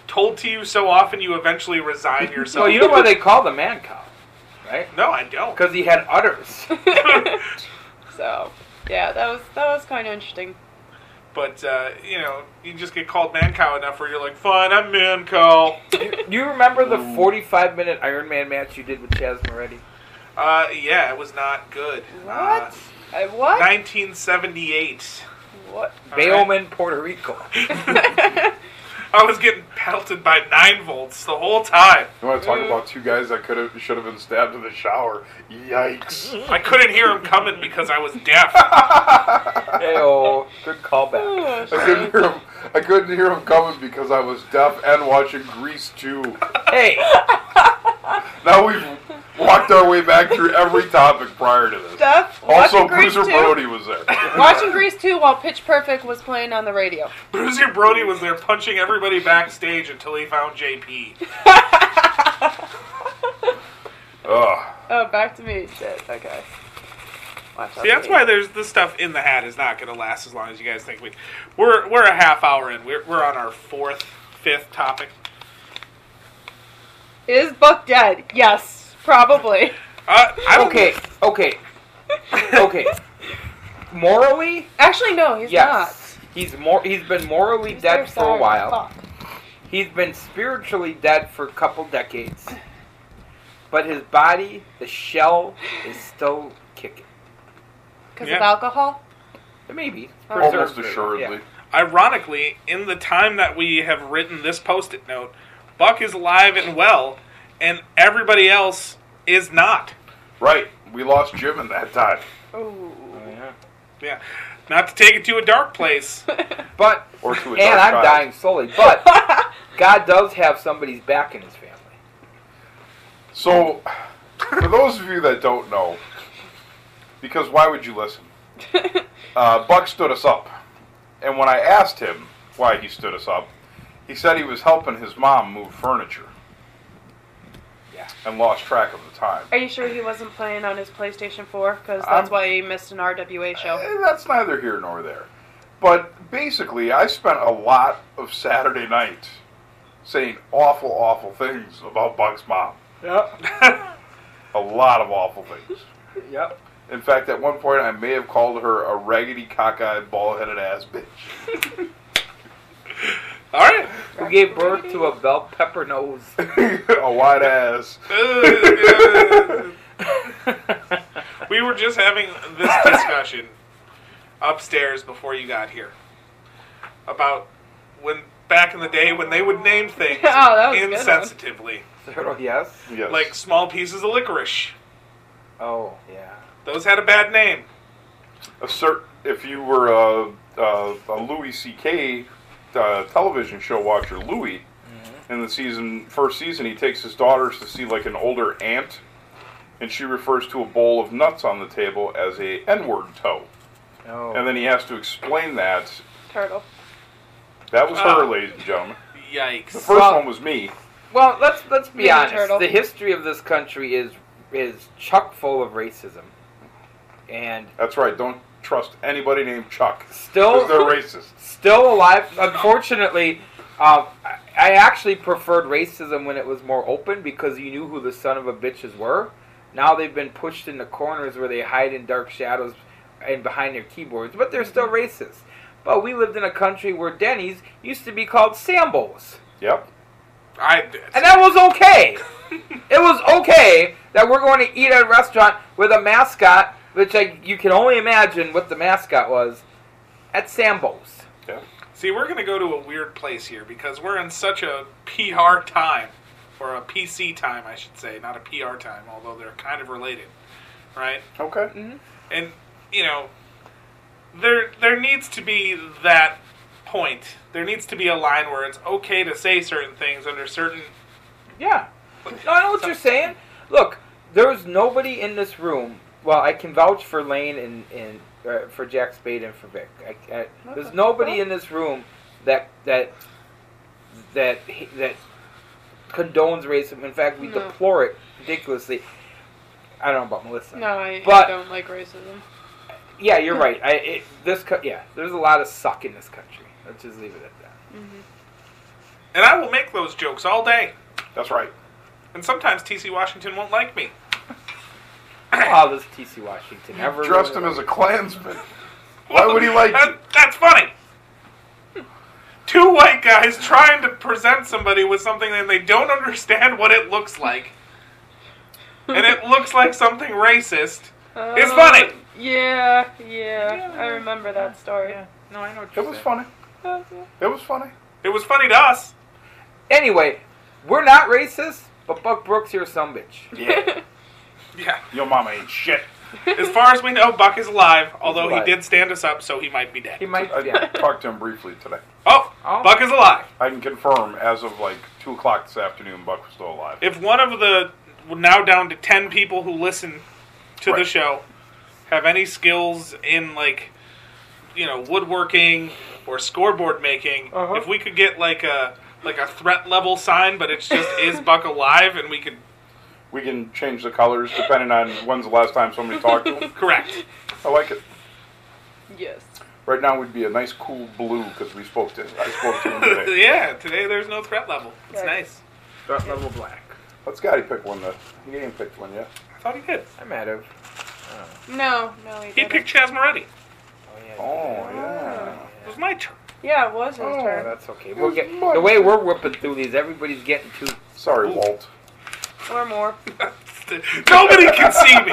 told to you so often you eventually resign yourself.
so you know why they call the man cow, right?
No, I don't.
Because he had udders.
So yeah, that was that was kind of interesting.
But uh, you know, you just get called Man Cow enough where you're like, fine, I'm Man Cow.
Do you remember the 45 minute Iron Man match you did with Chaz Moretti?
Uh, yeah, it was not good. Uh,
What? I, what?
1978.
what?
Bailman, Puerto Rico.
I was getting pelted by nine volts the whole time.
You want to talk about two guys that could have should have been stabbed in the shower? Yikes!
I couldn't hear him coming because I was deaf.
hey, oh, good callback.
I couldn't hear him. I couldn't hear him coming because I was deaf and watching Grease 2.
Hey,
Now we've walked our way back through every topic prior to this.
Stuff.
Also,
watching Grease
Bruiser
2,
Brody was there.
Watching Grease 2 while Pitch Perfect was playing on the radio.
Bruiser Brody was there punching everybody backstage until he found JP.
Ugh.
Oh, back to me. Shit. Okay. Watch
See, that's why there's the stuff in the hat is not going to last as long as you guys think. We, we're we're a half hour in. We're we're on our fourth, fifth topic.
Is Buck dead? Yes, probably.
Uh, I don't
okay, okay, okay. Morally,
Actually, no, he's
yes. He's more. He's been morally
not. He's
dead
so
for a
sorry.
while.
Fuck.
He's been spiritually dead for a couple decades, but his body, the shell, is still kicking.
Because
Yeah.
of alcohol?
Maybe it's
Almost
Almost
preservative,
assuredly.
Ironically, in the time that we have written this post-it note, Buck is alive and well, and everybody else is not.
Right. We lost Jim in that time.
Ooh.
yeah.
Yeah. Not to take it to a dark place.
But
Or to
and
a dark
I'm
side.
dying slowly. But God does have somebody's back in His family.
So, for those of you that don't know, because why would you listen? Uh, Buck stood us up, and when I asked him why he stood us up, he said he was helping his mom move furniture.
Yeah.
And lost track of the time.
Are you sure he wasn't playing on his PlayStation 4? Because
I'm-
that's why he missed an RWA show.
Eh, that's neither here nor there. But basically, I spent a lot of Saturday night saying awful, awful things about Buck's mom.
Yep.
A lot of awful things.
Yep.
In fact, at one point, I may have called her a raggedy, cockeyed, bald-headed ass bitch.
All right.
Who gave birth to a bell pepper nose?
a white ass.
Uh, uh, we were just having this discussion upstairs before you got here about when back in the day when they would name things
Oh, that was a good one.
insensitively,
Zero, yes.
Yes.
like small pieces of licorice.
Oh yeah.
Those had a bad name.
a cer- if you were a, a, a Louis C.K. Uh, television show watcher, Louis,
Mm-hmm.
in the season first season, he takes his daughters to see like an older aunt, and she refers to a bowl of nuts on the table as a N-word toe,
Oh.
and then he has to explain that.
Turtle.
That was her,
Ah.
ladies and gentlemen. The
Yikes.
first
Well-
one was me.
well, let's let's be
Ninja
honest.
Turtle.
The history of this country is is chock full of racism, and
That's right. Don't trust anybody named Chuck. 'cause
still
They're racist.
still alive. Unfortunately, um, I- I actually preferred racism when it was more open because you knew who the son of a bitches were. Now they've been pushed into corners where they hide in dark shadows and behind their keyboards, but they're still racist. But we lived in a country where Denny's used to be called Sambo's.
Yep.
I,
And that was okay. it was okay that we're going to eat at a restaurant with a mascot, which I, you can only imagine what the mascot was, at Sambo's.
Yeah.
see, we're going to go to a weird place here because we're in such a PR time, or a PC time, I should say, not a PR time, although they're kind of related, right?
Okay.
and you know there there needs to be that point there needs to be a line where it's okay to say certain things under certain
Yeah. No, I know what you're saying. Look, there's nobody in this room. Well, I can vouch for Lane and, and uh, for Jack Spade and for Vic. I, I, there's nobody in this room that that that that condones racism. In fact, we
No.
deplore it ridiculously. I don't know about Melissa.
No, I,
But-
I don't like racism.
Yeah, you're right. I it, this co- yeah, there's a lot of suck in this country. Let's just leave it at that.
and i will make those jokes all day
That's right.
and sometimes tc washington won't like me
Oh, this TC Washington ever
Dressed him as a Klansman. Why would he like you?
That- that's funny two white guys trying to present somebody with something and they don't understand what it looks like and it looks like something racist It's
Uh,
funny.
Yeah, yeah, I remember that story.
no i know
It was funny. It was funny.
it was funny to us
Anyway, we're not racist, but Buck Brooks here some bitch.
Yeah.
yeah
Your mama ain't shit.
As far as we know, Buck is alive, although
alive.
he did stand us up, so he might be dead.
He might
I
yeah.
talked to him briefly today.
Oh,
Oh.
Buck is alive.
I can confirm as of like two o'clock this afternoon, Buck was still alive.
If one of the we're now down to 10 people who listen to the
Right.
show have any skills in like you know, woodworking or scoreboard making,
Uh-huh.
if we could get like a like a threat level sign, but it's just is Buck alive and we could
We can change the colors depending on when's the last time somebody talked to him.
correct.
I like it.
Yes.
Right now would be a nice cool blue because we spoke to him. I spoke to him today.
yeah, today there's no threat level. It's
Right.
nice.
Threat level black.
But Scotty picked one that he ain't picked one yet.
I thought he did.
I might have.
No, no, he
He
didn't.
picked Chaz Moretti.
Oh yeah.
Oh yeah.
It was my turn.
yeah, it was his
Oh,
Oh,
turn.
that's okay. We'll get
There's
the way we're whipping through these. Everybody's getting two.
Sorry, Walt.
Or more.
Nobody can see me.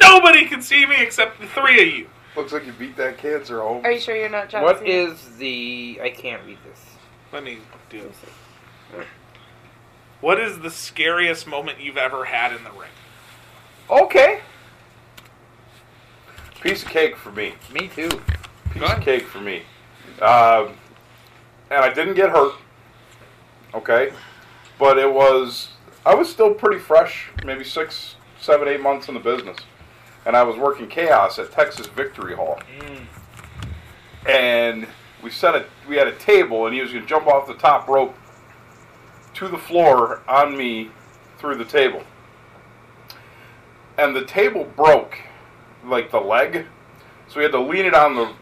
Nobody can see me except the three of you.
Looks like you beat that cancer home.
Are you sure you're not John
What
Cena?
is the? I can't read this.
Let me do. What is the scariest moment you've ever had in the ring?
Okay.
Piece of cake for me.
Me too.
Piece of cake for me. Um, and I didn't get hurt. Okay, but it was I was still pretty fresh, maybe six, seven, eight months in the business, and I was working chaos at Texas Victory Hall, and we set a we had a table, and he was gonna jump off the top rope to the floor on me through the table, and the table broke, like the leg, so we had to lean it on the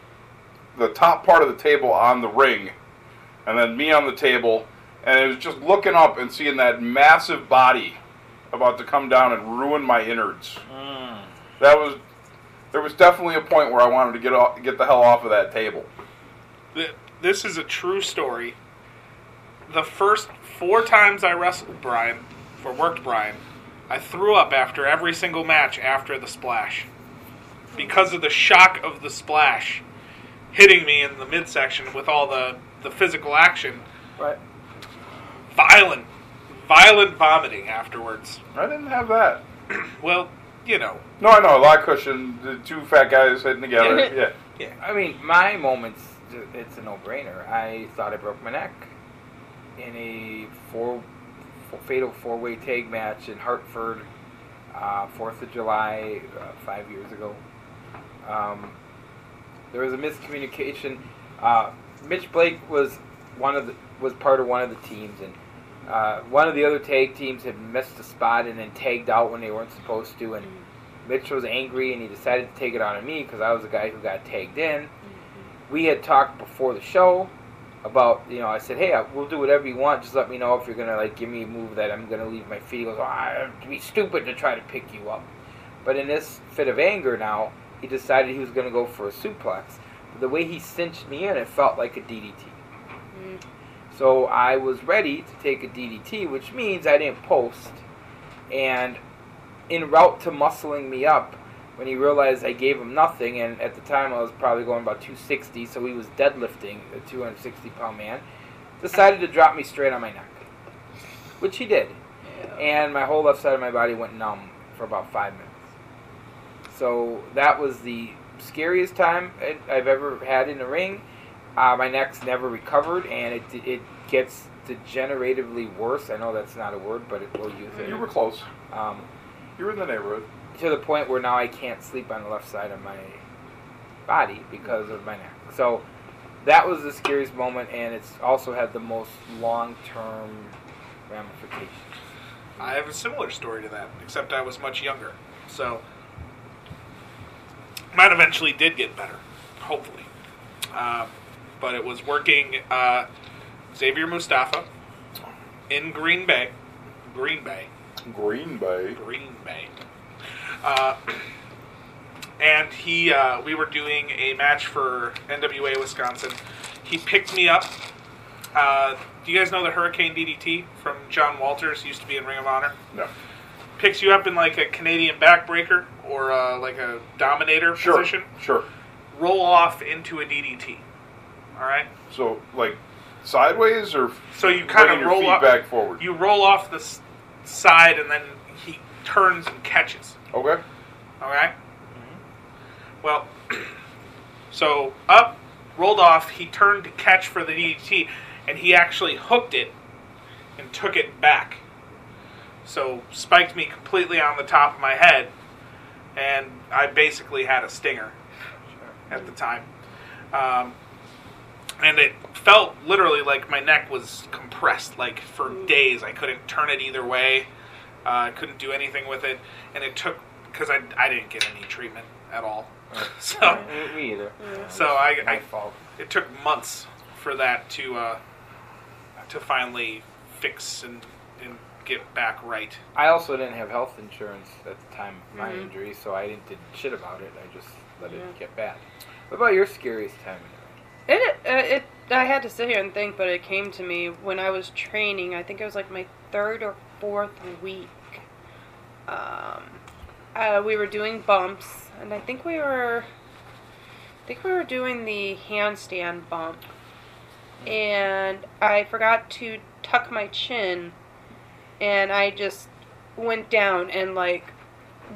the top part of the table on the ring, and then me on the table, and it was just looking up and seeing that massive body about to come down and ruin my innards.
Mm.
That was there was definitely a point where I wanted to get off, get the hell off of that table.
Th- this is a true story. The first four times I wrestled Brian, or worked Brian, I threw up after every single match after the splash. Because of the shock of the splash hitting me in the midsection with all the, the physical action.
Right.
Violent, violent vomiting afterwards.
I didn't have that.
Well, you know,
No, I know a lot cushion, the two fat guys hitting together. yeah,
Yeah. I mean, my moments. It's a no-brainer. I thought I broke my neck in a four, four fatal four-way tag match in Hartford, uh, Fourth of July, uh, five years ago. Um, there was a miscommunication. Uh, Mitch Blake was one of the, was part of one of the teams, and uh, one of the other tag teams had missed a spot and then tagged out when they weren't supposed to, and Mitch was angry and he decided to take it out on me because I was the guy who got tagged in. We had talked before the show about you know I said hey I, we'll do whatever you want just let me know if you're gonna like give me a move that I'm gonna leave my feet. He goes oh, I'd be stupid to try to pick you up, but in this fit of anger now he decided he was gonna go for a suplex. The way he cinched me in it felt like a DDT. So I was ready to take a DDT, which means I didn't post. And en route to muscling me up, when he realized I gave him nothing, and at the time I was probably going about 260, so he was deadlifting a 260 pound man, decided to drop me straight on my neck, which he did. And my whole left side of my body went numb for about five minutes. So that was the scariest time I- I've ever had in the ring. Uh, my neck's never recovered, and it it gets degeneratively worse. I know that's not a word, but it will use it.
you were close.
Um,
You were in the neighborhood.
to the point where now I can't sleep on the left side of my body because of my neck. So that was the scariest moment, and it's also had the most long term ramifications.
I have a similar story to that, except I was much younger. So, mine eventually did get better, hopefully. Um, but it was working uh, Xavier Mustafa in Green Bay. Green Bay.
Green Bay.
Green Bay. Uh, and he, uh, we were doing a match for NWA Wisconsin. He picked me up. Uh, do you guys know the Hurricane DDT from John Walters? Used to be in Ring of Honor
No.
picks you up in like a Canadian backbreaker or uh, like a dominator
Sure.
position,
Sure.
roll off into a DDT. All right,
So like sideways or
so you kind
bringing
of
your
roll
feet
off
back forward.
You roll off the s- side, and then he turns and catches.
okay.
All right? Well, so up, rolled off. He turned to catch for the DDT, and he actually hooked it and took it back. So spiked me completely on the top of my head, and I basically had a stinger at the time. Um, and it felt literally like my neck was compressed, like for days. I couldn't turn it either way. Uh, I couldn't do anything with it, and it took because I, I didn't get any treatment at all. so
Me- Me either.
so I,
My
I
fault.
it took months for that to uh, to finally fix and and get back right.
I also didn't have health insurance at the time of my injury, so I didn't did shit about it. I just let
Yeah.
it get bad. What about your scariest time? in the ring?
It, uh, it, I had to sit here and think, but it came to me when I was training. I think it was like my third or fourth week. Um, uh, we were doing bumps, and I think we were, I think we were doing the handstand bump, and I forgot to tuck my chin, and I just went down and like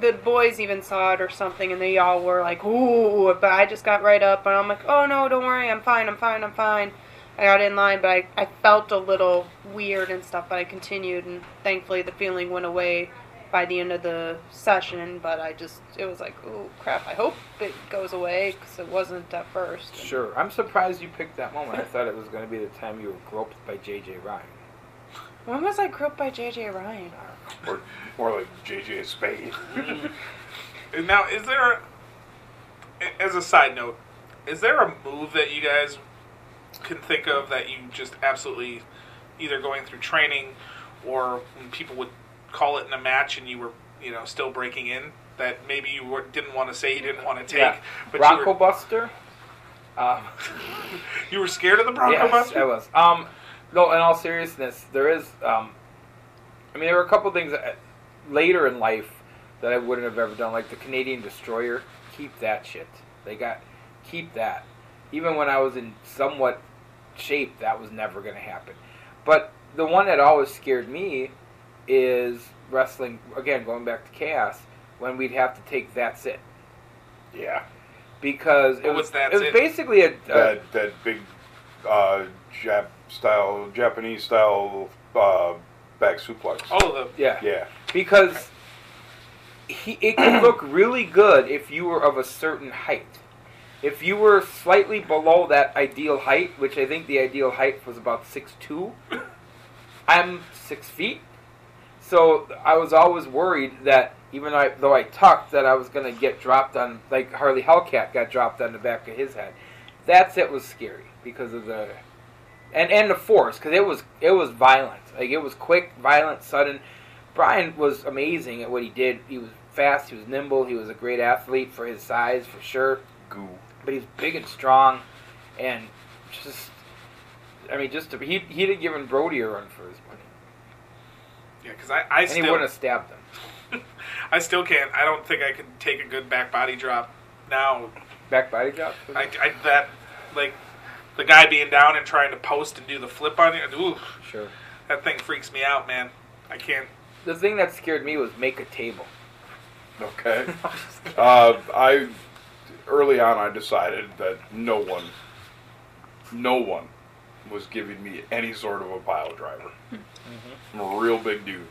the boys even saw it or something, and they all were like, "Ooh!" But I just got right up, and I'm like, "Oh no, don't worry, I'm fine, I'm fine, I'm fine." I got in line, but I, I felt a little weird and stuff, but I continued, and thankfully the feeling went away by the end of the session. But I just it was like, "Ooh, crap! I hope it goes away," because it wasn't at first.
Sure. I'm surprised you picked that moment. I thought it was going to be the time you were groped by J.J. Ryan.
When was I groped by J.J. Ryan?
Or more like JJ Spade.
And Now, is there, a- as a side note, is there a move that you guys can think of that you just absolutely, either going through training, or when people would call it in a match and you were, you know, still breaking in, that maybe you were, didn't want to say, you didn't want to take,
Yeah.
but you
Bronco
were,
Buster. Um,
you were scared of the Bronco
yes,
Buster?
I was. Um, no, in all seriousness, there is. Um, I mean, there were a couple things that, later in life that I wouldn't have ever done, like the Canadian Destroyer. Keep that shit. They got keep that. Even when I was in somewhat shape, that was never going to happen. But the one that always scared me is wrestling. Again, going back to chaos, when we'd have to take that's it
yeah.
because it
What
was
was That's
it was
It?
basically a, a
that that big uh, Jap style, Japanese style uh, back suplex.
All of them.
yeah.
Oh, Yeah,
because he, it could look really good if you were of a certain height. If you were slightly below that ideal height, which I think the ideal height was about six two, I'm six feet, so I was always worried that even though I, though I tucked, that I was gonna get dropped on like Harley Hellcat got dropped on the back of his head. That's it was scary because of the and and the force because it was it was violent like it was quick violent sudden Brian was amazing at what he did. He was fast, he was nimble, he was a great athlete for his size, for sure.
goo.
But he was big and strong, and just, I mean, just to, he he'd have given Brody a run for his money,
Yeah, because I,
and
I
he
still,
wouldn't have stabbed him.
I still can't. I don't think I can take a good back body drop now
Back body drop.
I, I that like the guy being down and trying to post and do the flip on it. Ooh,
Sure.
that thing freaks me out, man. I can't.
The thing that scared me was make a table.
Okay. uh, I early on I decided that no one, no one, was giving me any sort of a pile driver. I'm a real big dude,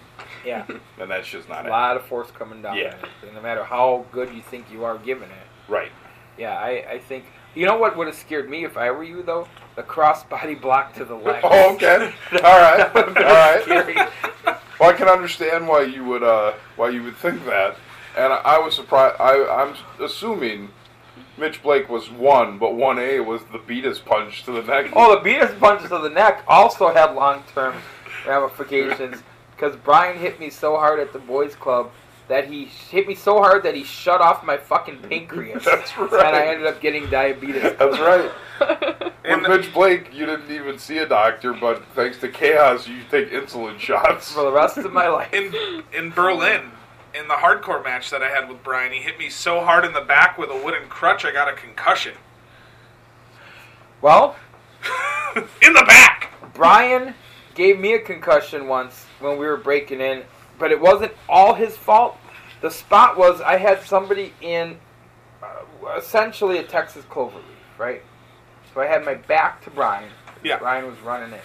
Yeah,
and that's just not
a
it.
lot of force coming down.
Yeah.
And no matter how good you think you are giving it,
Right.
yeah, I, I think you know what would have scared me if I were you though the crossbody block to the left.
Oh, okay. All right. All
That
right.
would've been
Well, I can understand why you would uh, why you would think that, and I, I was surprised. I, I'm assuming Mitch Blake was one, but one A was the beatus punch to the neck.
Oh, the Venus punches to the neck also had long term ramifications because Brian hit me so hard at the boys' club that he sh- hit me so hard that he shut off my fucking pancreas.
That's
And I
right.
ended up getting diabetes.
That's right. With
And-
Mitch Blake, you didn't even see a doctor, but thanks to chaos, you take insulin shots.
For the rest of my life.
In in Berlin, in the hardcore match that I had with Brian, he hit me so hard in the back with a wooden crutch, I got a concussion
Well,
in the back.
Brian gave me a concussion once when we were breaking in, but it wasn't all his fault. The spot was I had somebody in uh, essentially a Texas cloverleaf, right? So I had my back to Brian.
Yeah.
Brian was running in.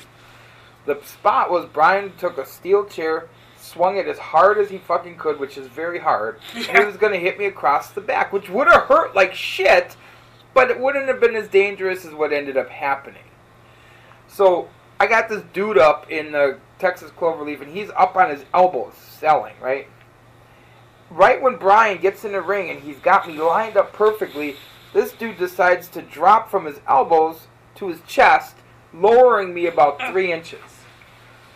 The spot was Brian took a steel chair, swung it as hard as he fucking could, which is very hard. And he was going to hit me across the back, which would have hurt like shit, but it wouldn't have been as dangerous as what ended up happening. So I got this dude up in the Texas Cloverleaf, and he's up on his elbows selling, right? Right when Brian gets in the ring and he's got me lined up perfectly, this dude decides to drop from his elbows to his chest, lowering me about three inches.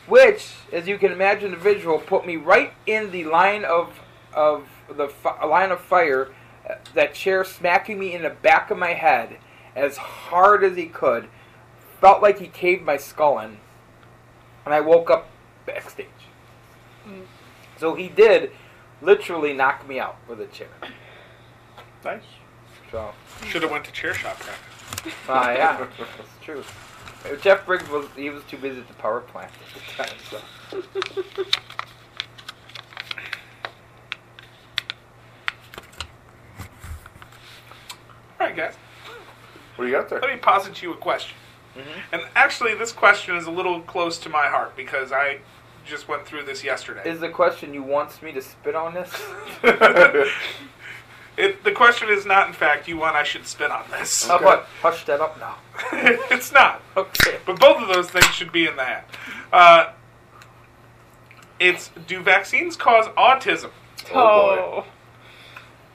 Which, as you can imagine, the visual put me right in the line of of the fi- line of fire. uh, That chair smacking me in the back of my head as hard as he could, felt like he caved my skull in, and I woke up backstage. So he did literally knock me out with a chair.
Nice.
So,
Should have went to chair shot practice.
uh, yeah, it's true. Uh, Jeff Briggs was he was too busy at the power plant at the time. So
guess.
What do you got there?
Let me posit you a question. And actually, this question is a little close to my heart because I just went through this yesterday.
Is the question you wants me to spit on this?
It, the question is not, in fact, you want I should spin on this.
How about hush that up now?
it's not.
Okay.
But both of those things should be in the hat. Uh, it's do vaccines cause autism?
Oh,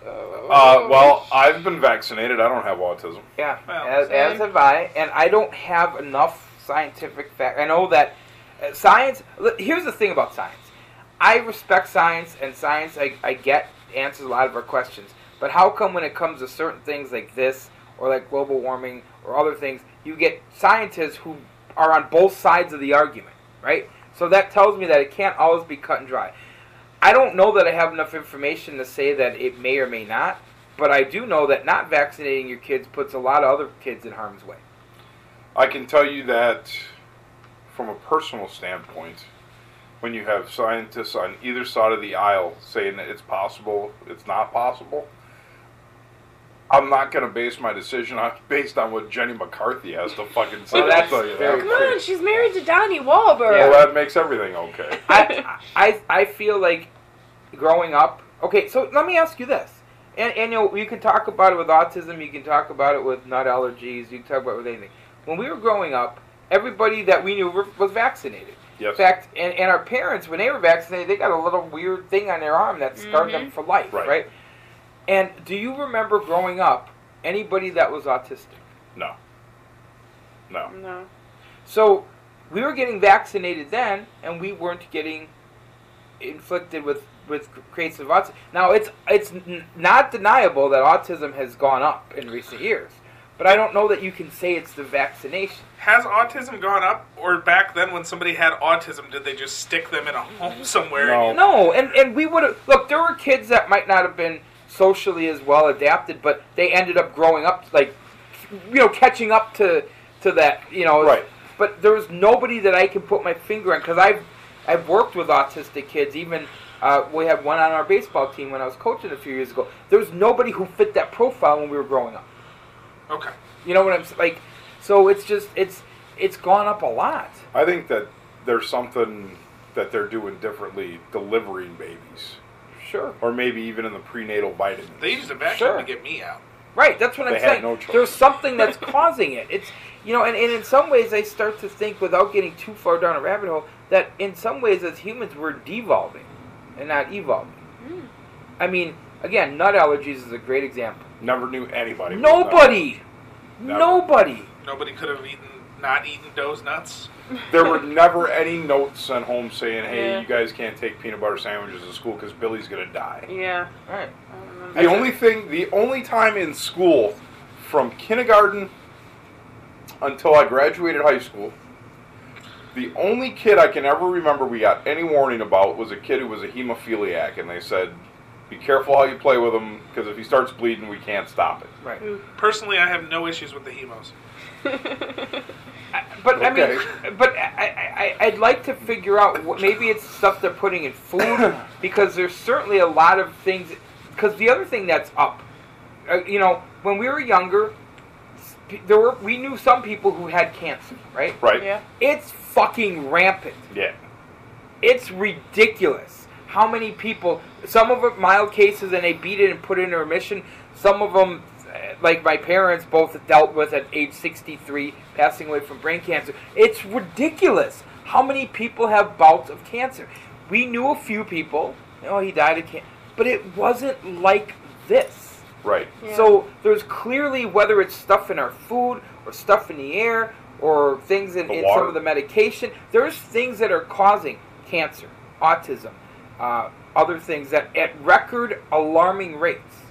Oh,
Uh, well, I've been vaccinated. I don't have autism.
Yeah,
Well,
as, as
same.
have I, and I don't have enough scientific fact. I know that uh, science. l- Here's the thing about science. I respect science, and science I, I get answers a lot of our questions. But how come when it comes to certain things like this, or like global warming, or other things, you get scientists who are on both sides of the argument, right? So that tells me that it can't always be cut and dry. I don't know that I have enough information to say that it may or may not, but I do know that not vaccinating your kids puts a lot of other kids in harm's way.
I can tell you that from a personal standpoint, when you have scientists on either side of the aisle saying that it's possible, it's not possible, I'm not going to base my decision on based on what Jenny McCarthy has to fucking say.
Well, that's
I'll tell you
very-
that.
come on, she's married to Donnie Wahlberg.
Well, that makes everything okay.
I, I, I feel like growing up. Okay, so let me ask you this. And, and you, know, you can talk about it with autism, you can talk about it with nut allergies, you can talk about it with anything. When we were growing up, everybody that we knew were, was vaccinated.
Yes.
In fact, and, and our parents, when they were vaccinated, they got a little weird thing on their arm that scarred them for life,
Right.
right. And do you remember growing up anybody that was autistic?
No. No.
No.
So we were getting vaccinated then, and we weren't getting inflicted with with cases of autism. Now it's it's n- not deniable that autism has gone up in recent years, but I don't know that you can say it's the vaccination.
Has autism gone up, or back then when somebody had autism, did they just stick them in a home somewhere?
No.
No, and and we would have look. There were kids that might not have been socially as well adapted, but they ended up growing up like you know catching up to to that you know
Right.
but there was nobody that I can put my finger on because I've I've worked with autistic kids. Even uh, we had one on our baseball team when I was coaching a few years ago. There was nobody who fit that profile when we were growing up.
Okay.
You know what I'm s- like? So it's just it's it's gone up a lot.
I think that there's something that they're doing differently delivering babies,
Sure.
or maybe even in the prenatal vitamins.
They used a vacuum
Sure.
to get me out.
Right, that's what
They
I'm
had
saying.
no choice.
There's something that's causing it. It's you know, and, and in some ways I start to think without getting too far down a rabbit hole, that in some ways as humans we're devolving and not evolving. I mean, again, nut allergies is a great example.
Never knew anybody. with
Nobody
Never.
Nobody.
Nobody could have eaten, not eaten those nuts.
that. There were never any notes sent home saying, "Hey,
Yeah.
you guys can't take peanut butter sandwiches to school because Billy's gonna die."
Yeah.
Right.
I don't remember.
The only thing, the only time in school, from kindergarten until I graduated high school, the only kid I can ever remember we got any warning about was a kid who was a hemophiliac, and they said, "Be careful how you play with him because if he starts bleeding, we can't stop it."
Right.
Personally, I have no issues with the hemos.
But
Okay.
I mean, but I, I, I, I'd like to figure out what maybe it's stuff they're putting in food because there's certainly a lot of things. Because the other thing that's up, uh, you know, when we were younger, s- pe- there were we knew some people who had cancer, right?
Right?
Yeah.
It's fucking rampant.
Yeah.
It's ridiculous how many people. Some of them mild cases, and they beat it and put it into remission. Some of them, eh, like my parents, both dealt with at age 63, passing away from brain cancer. It's ridiculous how many people have bouts of cancer. We knew a few people. Oh, he died of cancer, but it wasn't like this.
Right.
Yeah.
So there's clearly whether it's stuff in our food or stuff in the air or things in,
The
in
water.
some of the medication. There's things that are causing cancer, autism, uh, other things that at record alarming rates.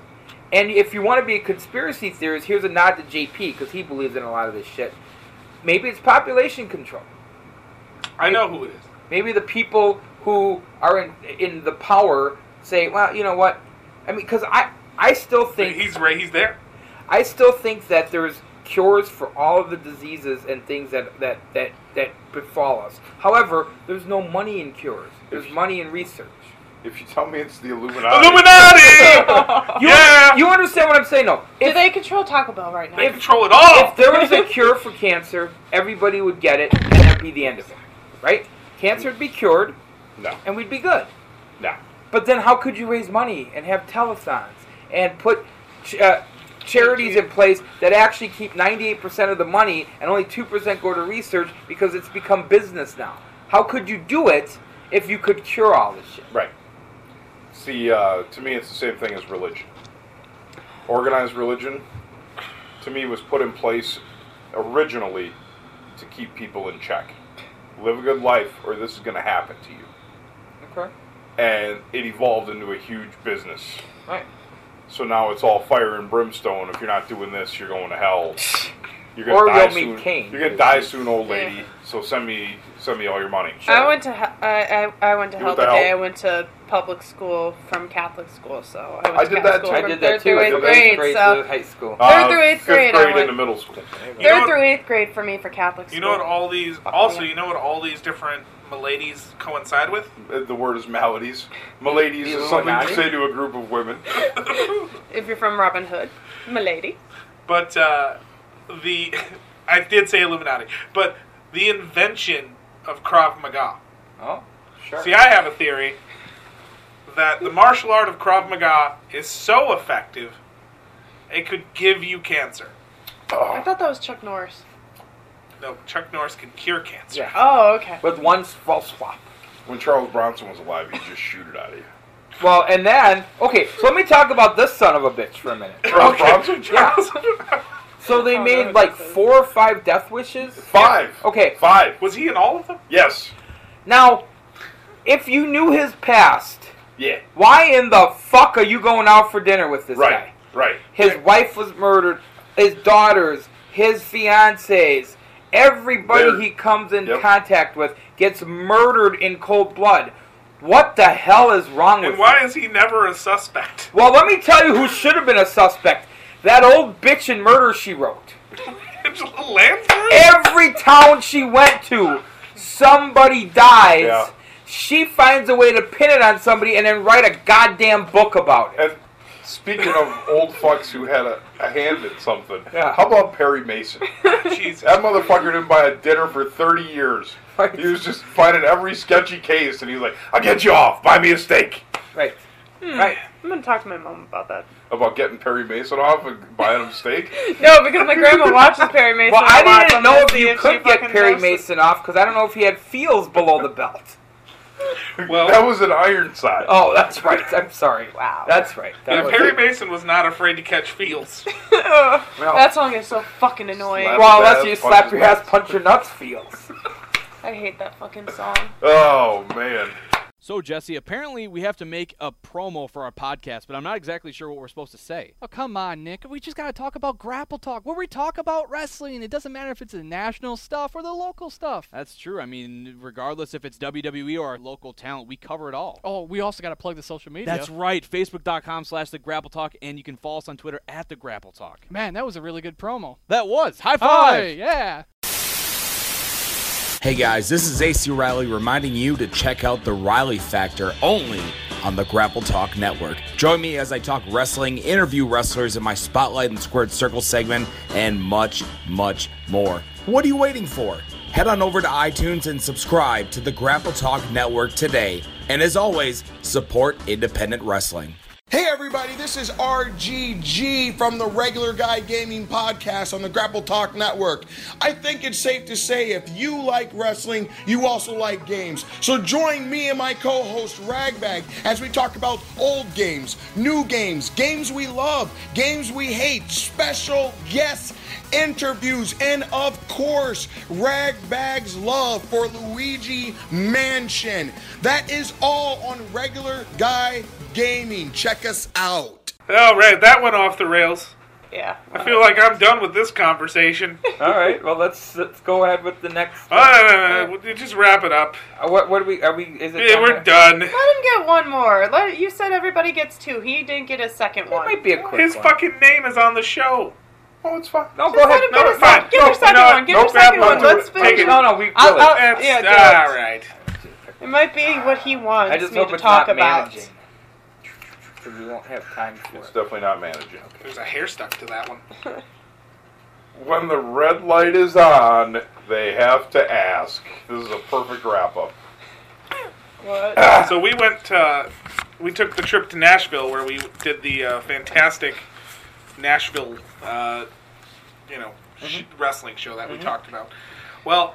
And if you want to be a conspiracy theorist, here's a nod to JP because he believes in a lot of this shit. Maybe it's population control.
I know who it is.
Maybe the people who are in in the power say, well, you know what? I mean, because I I still think
He's right. He's there.
I still think that there's cures for all of the diseases and things that that that that befall us. However, there's no money in cures. There's money in research.
If you tell me it's the Illuminati,
Illuminati!
Uh, You,
Yeah.
you understand what I'm saying? No.
Do they control Taco Bell right now?
they control it all!
If there was a cure for cancer, everybody would get it, and that'd be the end of it, right? Cancer would be cured,
no,
and we'd be good.
no.
But then, how could you raise money and have telethons and put ch- uh, charities in place that actually keep 98% of the money and only 2% go to research because it's become business now? How could you do it if you could cure all this shit?
Right. See, uh, to me, it's the same thing as religion. Organized religion, to me, was put in place originally to keep people in check. Live a good life, or this is going to happen to you.
Okay.
And it evolved into a huge business.
Right.
So now it's all fire and brimstone. If you're not doing this, you're going to hell. You're
Or
gonna die
you'll meet
soon.
Cain.
You're gonna die soon, old lady. So send me, send me all your money.
I went to he- I, I, I went to
You
hell
went to
the day I
hell?
went to public school from Catholic school, so I, went
I
to
did
Catholic
that
school
too.
I
from
did
third
that too.
through
I
eighth
did
grade,
grade
so
to high school.
Third through eighth
fifth
grade, I
grade
went.
into middle school.
You know
third
what-
through eighth grade for me for Catholic school.
You know what all these, also, you know what all these different maladies coincide with?
Uh, The word is maladies. Maladies
The
is something you
Illuminati?
say to a group of women.
if you're from Robin Hood, milady.
But uh, the I did say Illuminati, but the invention of Krav Maga.
Oh, sure.
See, I have a theory that the martial art of Krav Maga is so effective it could give you cancer.
Oh.
I thought that was Chuck Norris.
No, Chuck Norris can cure cancer.
yeah.
Oh, okay.
With one false swap.
When Charles Bronson was alive, he'd just shoot it out of you.
Well, and then, okay, so let me talk about this son of a bitch for a minute.
Charles Bronson?
Charles- So they
Oh,
made
no,
like
this is-
four or five death wishes?
Five.
Okay,
Five.
Was he in all of them?
Yes.
now, if you knew his past,
Yeah.
why in the fuck are you going out for dinner with this
Right.
guy?
Right.
His wife was murdered, his daughters, his fiancées, everybody
They're-
he comes in
Yep.
contact with gets murdered in cold blood. What the hell is wrong with
And
you?
why is he never a suspect?
Well, let me tell you who should have been a suspect. That old bitch in Murder She Wrote.
Angela Lansbury?
Every town she went to, somebody dies.
Yeah.
She finds a way to pin it on somebody and then write a goddamn book about it.
And speaking of old fucks who had a, a hand in something,
Yeah.
how about Perry Mason?
Jesus.
That motherfucker didn't buy a dinner for 30 years.
Right.
He was just finding every sketchy case, and he was like, I'll get you off. Buy me a steak.
Right. Right.
I'm gonna talk to my mom about that.
About getting Perry Mason off and buying him steak?
No, because my grandma watches Perry Mason.
Well,
a lot,
I
so I'm
didn't know
gonna
if
see
you
she
could get
fucking
Perry
knows this.
Mason off because I don't know if he had feels below the belt.
Well-
that was an iron side.
Oh, that's right. I'm sorry. Wow. That's right. That
Yeah,
was-
Perry Mason was not afraid to catch fields.
Ugh,
Well-
that song is so fucking annoying.
Slap.
well, unless
Bad
you slap
punches
your ass,
back.
punch your nuts feels.
I hate that fucking song.
Oh man.
So, Jesse, apparently we have to make a promo for our podcast, but I'm not exactly sure what we're supposed to say.
Oh, come on, Nick. We just got to talk about grapple talk, where we talk about wrestling. It doesn't matter if it's the national stuff or the local stuff.
That's true. I mean, regardless if it's WWE or our local talent, we cover it all.
Oh, we also got to plug the social media.
That's right. Facebook.com slash The Grapple Talk, and you can follow us on Twitter at The Grapple Talk.
Man, that was a really good promo.
That was. High five!
Hi, yeah.
Hey guys, this is AC Riley reminding you to check out the Riley Factor only on the Grapple Talk Network. Join me as I talk wrestling, interview wrestlers in my Spotlight and Squared Circle segment, and much, much more. What are you waiting for? Head on over to iTunes and subscribe to the Grapple Talk Network today. And as always, support independent wrestling.
Hey everybody, this is RGG from the Regular Guy Gaming Podcast on the Grapple Talk Network. I think it's safe to say if you like wrestling, you also like games. So join me and my co-host Ragbag as we talk about old games, new games, games we love, games we hate, special guests, interviews, and of course, Ragbag's love for Luigi Mansion. That is all on Regular Guy Gaming. Check us out.
All right, that went off the rails.
Yeah.
I feel like I'm done with this conversation.
All right. Well, let's let's go ahead with the next.
Uh, we'll just wrap it up.
Uh, what what are we? Are we? Is it?
Yeah, we're done.
Let him get one more. Let you said everybody gets two. He didn't get a second
That
one.
might be a quick
His
one.
fucking name is on the show.
Oh, it's fine.
No, go ahead.
Let him
No,
get
No,
a
fine.
second. Give her
No,
second
no,
one. Give her
no,
second
grab
one.
one.
Let's
Take
finish.
it.
No, no, we
I'll-
really.
I'll-
That's
yeah, do it.
all right.
Take
It might be what he wants
I just
me
hope
to
it's
talk
not
about.
managing. Because we won't have time for
It's
it.
definitely not managing.
There's a hair stuck to that one.
When the red light is on, they have to ask. This is a perfect wrap up.
What?
Ah.
so we went. Uh, we took the trip to Nashville where we did the uh, fantastic Nashville, uh, you know,
Mm-hmm.
sh- wrestling show that we talked about. Well,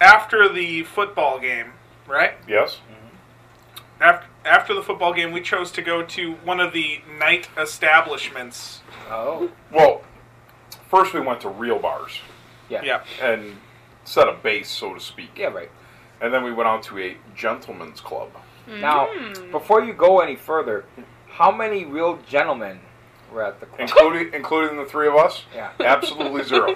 after the football game, right?
Yes?
After after the football game, we chose to go to one of the night establishments.
Oh,
Well, first we went to real bars
yeah.
Yeah.
and set a base, so to speak.
Yeah, right.
And then we went on to a gentleman's club.
Hmm.
Now, before you go any further, how many real gentlemen were at the club?
Including including the three of us?
Yeah.
Absolutely zero.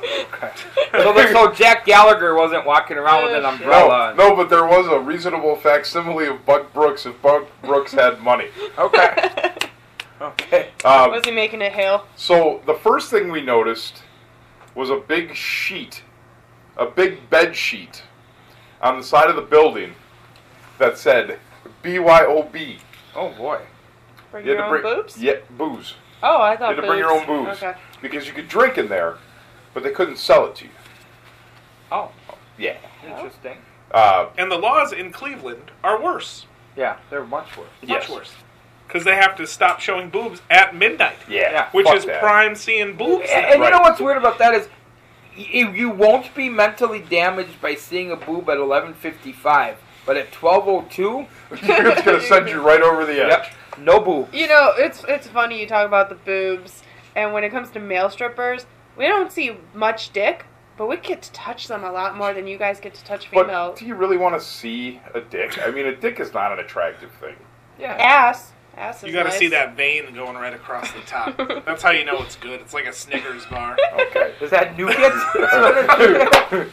so, there's no Jack Gallagher wasn't walking around with an
Oh, shit.
No,
umbrella.
no, but there was a reasonable facsimile of Buck Brooks if Buck Brooks had money.
Okay. okay.
Um,
Was he making a hail?
so the first thing we noticed was a big sheet, a big bed sheet, on the side of the building that said BYOB.
Oh boy.
Bring
You had
your
to
own
bring-
boobs?
Yeah, booze.
Oh, I
You
thought
had to bring your own booze
Okay.
because you could drink in there, but they couldn't sell it to you.
Oh,
Yeah.
interesting.
Uh,
And the laws in Cleveland are worse,
Yeah, they're much worse.
much
Yes.
worse, because they have to stop showing boobs at midnight,
yeah.
Yeah.
which
fuck
is
that.
prime seeing boobs.
And, and you know
Right.
what's weird about that is, you, you won't be mentally damaged by seeing a boob at 11:55, but at 12:02,
it's gonna send you right over the edge.
yep, no boob.
You know, it's it's funny you talk about the boobs, and when it comes to male strippers, we don't see much dick, but we get to touch them a lot more than you guys get to touch
But
female
do you really want to see a dick? I mean, a dick is not an attractive thing.
Yeah.
ass. Ass. Is
You got to
nice.
see that vein going right across the top. That's how you know it's good. It's like a Snickers bar.
Okay.
Is that nougat?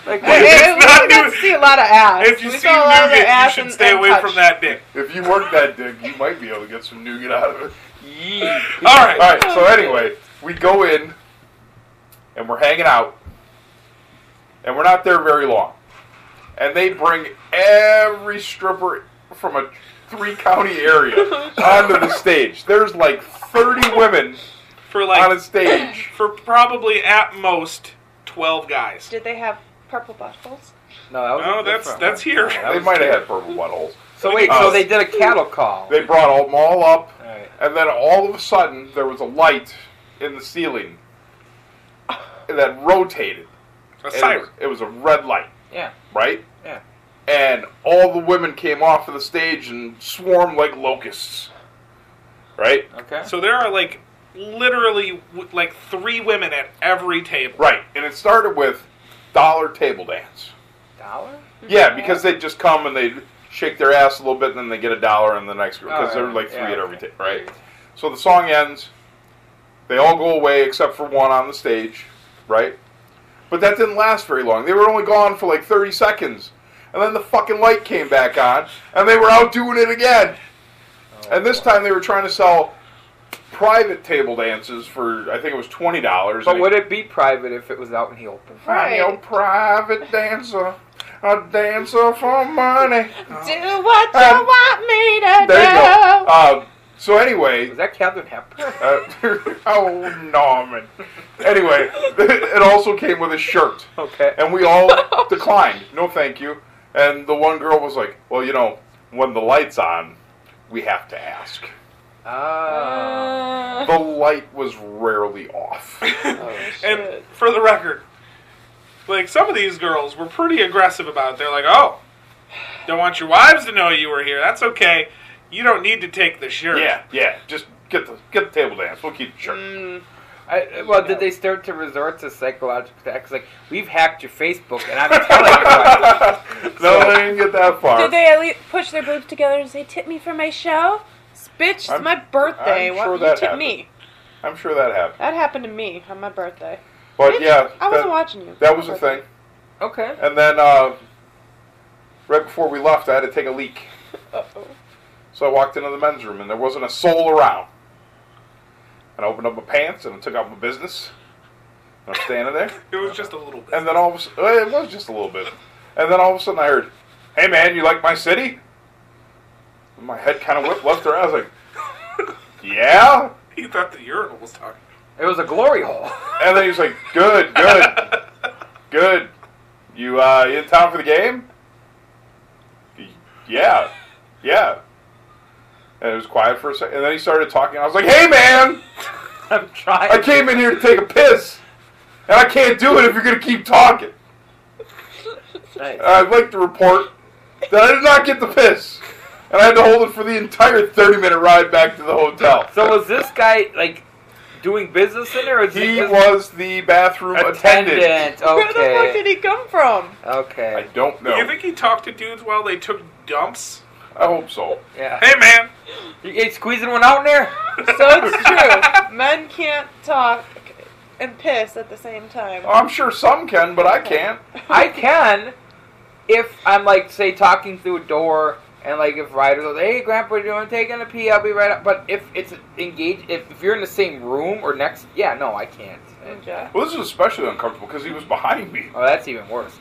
like, hey,
Hey, we
not
got
new-
to see a lot of ass.
if you
we
see
saw a lot of
nougat, you
ass
should
and-
stay
and
away
touch.
from that dick.
If you work that dick, you might be able to get some nougat out of it.
All right.
All right. So anyway, we go in, and we're hanging out, and we're not there very long, and they bring every stripper from a three county area onto the stage. There's like thirty women
For like,
on a stage.
for probably at most twelve guys.
Did they have purple buttholes?
no, that was
No, that's
different.
that's here.
They might have had purple buttholes.
So wait,
Uh,
so they did a cattle call.
They brought them all up,
Alright.
and then all of a sudden there was a light in the ceiling that rotated.
A
And It
siren.
was, it was a red light,
yeah,
right?
yeah.
And all the women came off of the stage and swarmed like locusts, right?
Okay.
So there are like literally w- like three women at every table.
Right. And it started with dollar table dance.
Dollar?
Yeah, because they just come and they shake their ass a little bit, and then they get a dollar in the next group
Alright,
because there are like three
Oh, yeah,
at every
okay.
table, right? So the song ends. They all go away except for one on the stage, right? But that didn't last very long. They were only gone for like 30 seconds. And then the fucking light came back on, and they were out doing it again.
Oh,
and this time they were trying to sell private table dances for, I think it was $20.
But
and
would it be private if it was out in the open?
I'm your
Right.
private dancer, a dancer for money.
Do what you
Um,
want me to
There you go.
do.
Um, so anyway,
Is that Catherine Hepburn?
uh, oh Norman. Anyway, it also came with a shirt,
Okay.
and we all declined. No, thank you. And the one girl was like, "Well, you know, when the lights on, we have to ask."
Ah.
Uh,
The light was rarely off.
And for the record, like some of these girls were pretty aggressive about it. They're like, "Oh, don't want your wives to know you were here. That's okay. You don't need to take the shirt."
Yeah, yeah. Just get the get the table dance. We'll keep the shirt.
Mm.
I, well, did they start to resort to psychological attacks? Like, we've hacked your Facebook, and I'm telling everybody.
No, they didn't get that far.
Did they at least push their boobs together and say, "Tip me for my show"? Bitch, it's
I'm-
my birthday.
I'm
Why
sure
would you
that
tip
happened.
me?
I'm sure that happened.
That happened to me on my birthday.
But yeah,
I
that,
wasn't watching you.
that was a thing.
Okay.
And then uh, right before we left, I had to take a leak.
Uh-oh.
So I walked into the men's room, and there wasn't a soul around. And I opened up my pants, and I took out my business. And I'm standing there,
It was just a little bit.
eh, and then all of a sudden, it was just a little bit. And then all of a sudden, I heard, hey man, you like my city? And my head kind of whipped left around. I was like, yeah.
He thought the urinal was talking.
It was a glory hole.
And then he's like, good, good, good. You uh, you in town for the game? Yeah, yeah. And it was quiet for a second. And then he started talking. I was like, hey man,
I'm trying.
I came in here to take a piss, and I can't do it if you're gonna keep talking.
Nice.
I'd like to report that I did not get the piss, and I had to hold it for the entire 30 minute ride back to the hotel.
So was this guy like doing business in there? Or is
he
just
was the bathroom attendant.
attendant?
Where the fuck did
Okay.
he come from?
I
Okay.
don't know.
You think he talked to dudes while they took dumps?
I hope so.
Yeah.
Hey man,
You ain't squeezing one out in there?
So it's true. Men can't talk and piss at the same time.
I'm sure some can, but I can't.
I can, if I'm like say talking through a door and like if Ryder goes, "Hey, Grandpa, you want to take a pee? I'll be right up." But if it's engaged, if, if you're in the same room or next, yeah, no, I can't.
Okay.
Well, this is especially uncomfortable because he was behind me.
Oh, that's even worse.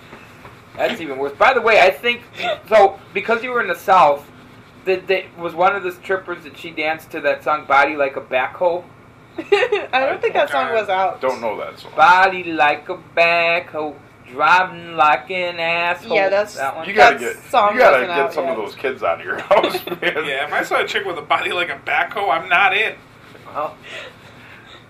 That's even worse. By the way, I think so because you were in the South. That they, was one of the strippers that she danced to that song "Body Like a Backhoe."
I don't think that song was out.
Don't know that song.
Body like a backhoe, driving like an asshole.
Yeah, that's-
that one.
You gotta
That
get
song
you gotta
wasn't
get
out
some of
yet.
those kids out of your house, man.
yeah. If I saw a chick with a body like a backhoe, I'm not in.
Well,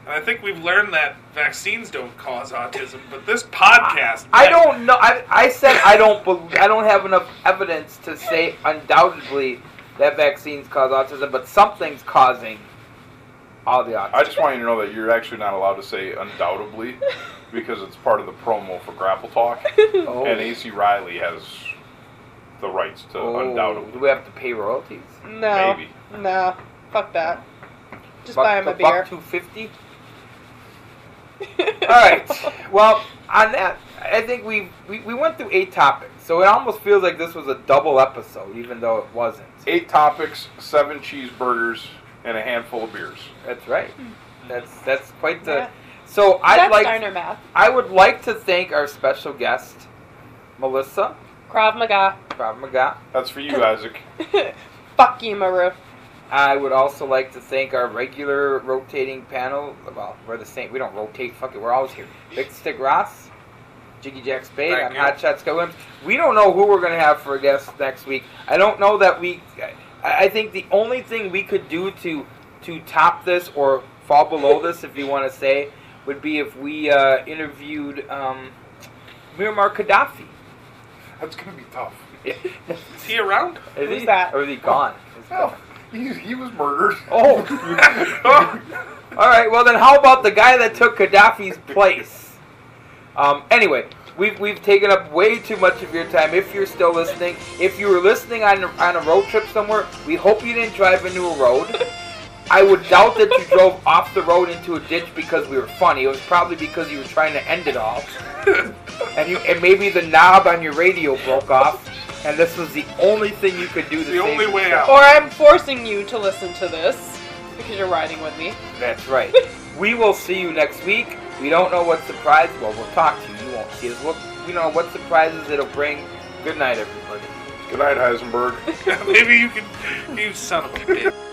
And I think we've learned that vaccines don't cause autism, but this podcast.
I don't know. I, I said I don't believe. I don't have enough evidence to say undoubtedly that vaccines cause autism, but something's causing all the autism.
I just want you to know that you're actually not allowed to say undoubtedly because it's part of the promo for Grapple Talk,
oh.
and AC Riley has the rights to
Oh, Do
undoubtedly.
we have to pay royalties?
No.
Maybe.
No. Fuck that. Just
Buck-
buy him a beer.
buck two fifty. All right. Well, on that, I think we, we we went through eight topics, so it almost feels like this was a double episode, even though it wasn't.
Eight topics, seven cheeseburgers, and a handful of beers.
That's right. That's that's quite the.
Hmm. Yeah.
So I'd
That's
like
diner math.
I would like to thank our special guest, Melissa
Krav Maga.
Krav Maga.
That's for you, Isaac.
Fuck you, Maru.
I would also like to thank our regular rotating panel. Well, we're the same. We don't rotate. Fuck it. We're always here. Big Stick Ross, Jiggy Jack Spade.
Thank
I'm
you.
Hot Shots Scott Williams. We don't know who we're gonna have for a guest next week. I don't know that we. I, I think the only thing we could do to to top this or fall below this, if you want to say, would be if we uh, interviewed um, Muammar Gaddafi.
That's gonna be tough.
Is he around?
Is
Who's
he,
that?
Or is he gone? Is he
Oh, he, he was murdered.
Oh. All right. Well, then, how about the guy that took Gaddafi's place? Um, anyway, we've, we've taken up way too much of your time. If you're still listening, if you were listening on on a road trip somewhere, we hope you didn't drive into a road. I would doubt that you drove off the road into a ditch because we were funny. It was probably because you were trying to end it all, and you and maybe the knob on your radio broke off, and this was the only thing you could do. To
The
save
only way
yourself.
out.
Or I'm forcing you to listen to this because you're riding with me.
That's right. we will see you next week. We don't know what surprise. Well, we'll talk to you. You won't see us. We'll, we don't know what surprises it'll bring. Good night, everybody.
Good night, Heisenberg.
Maybe you could. You son of a bitch.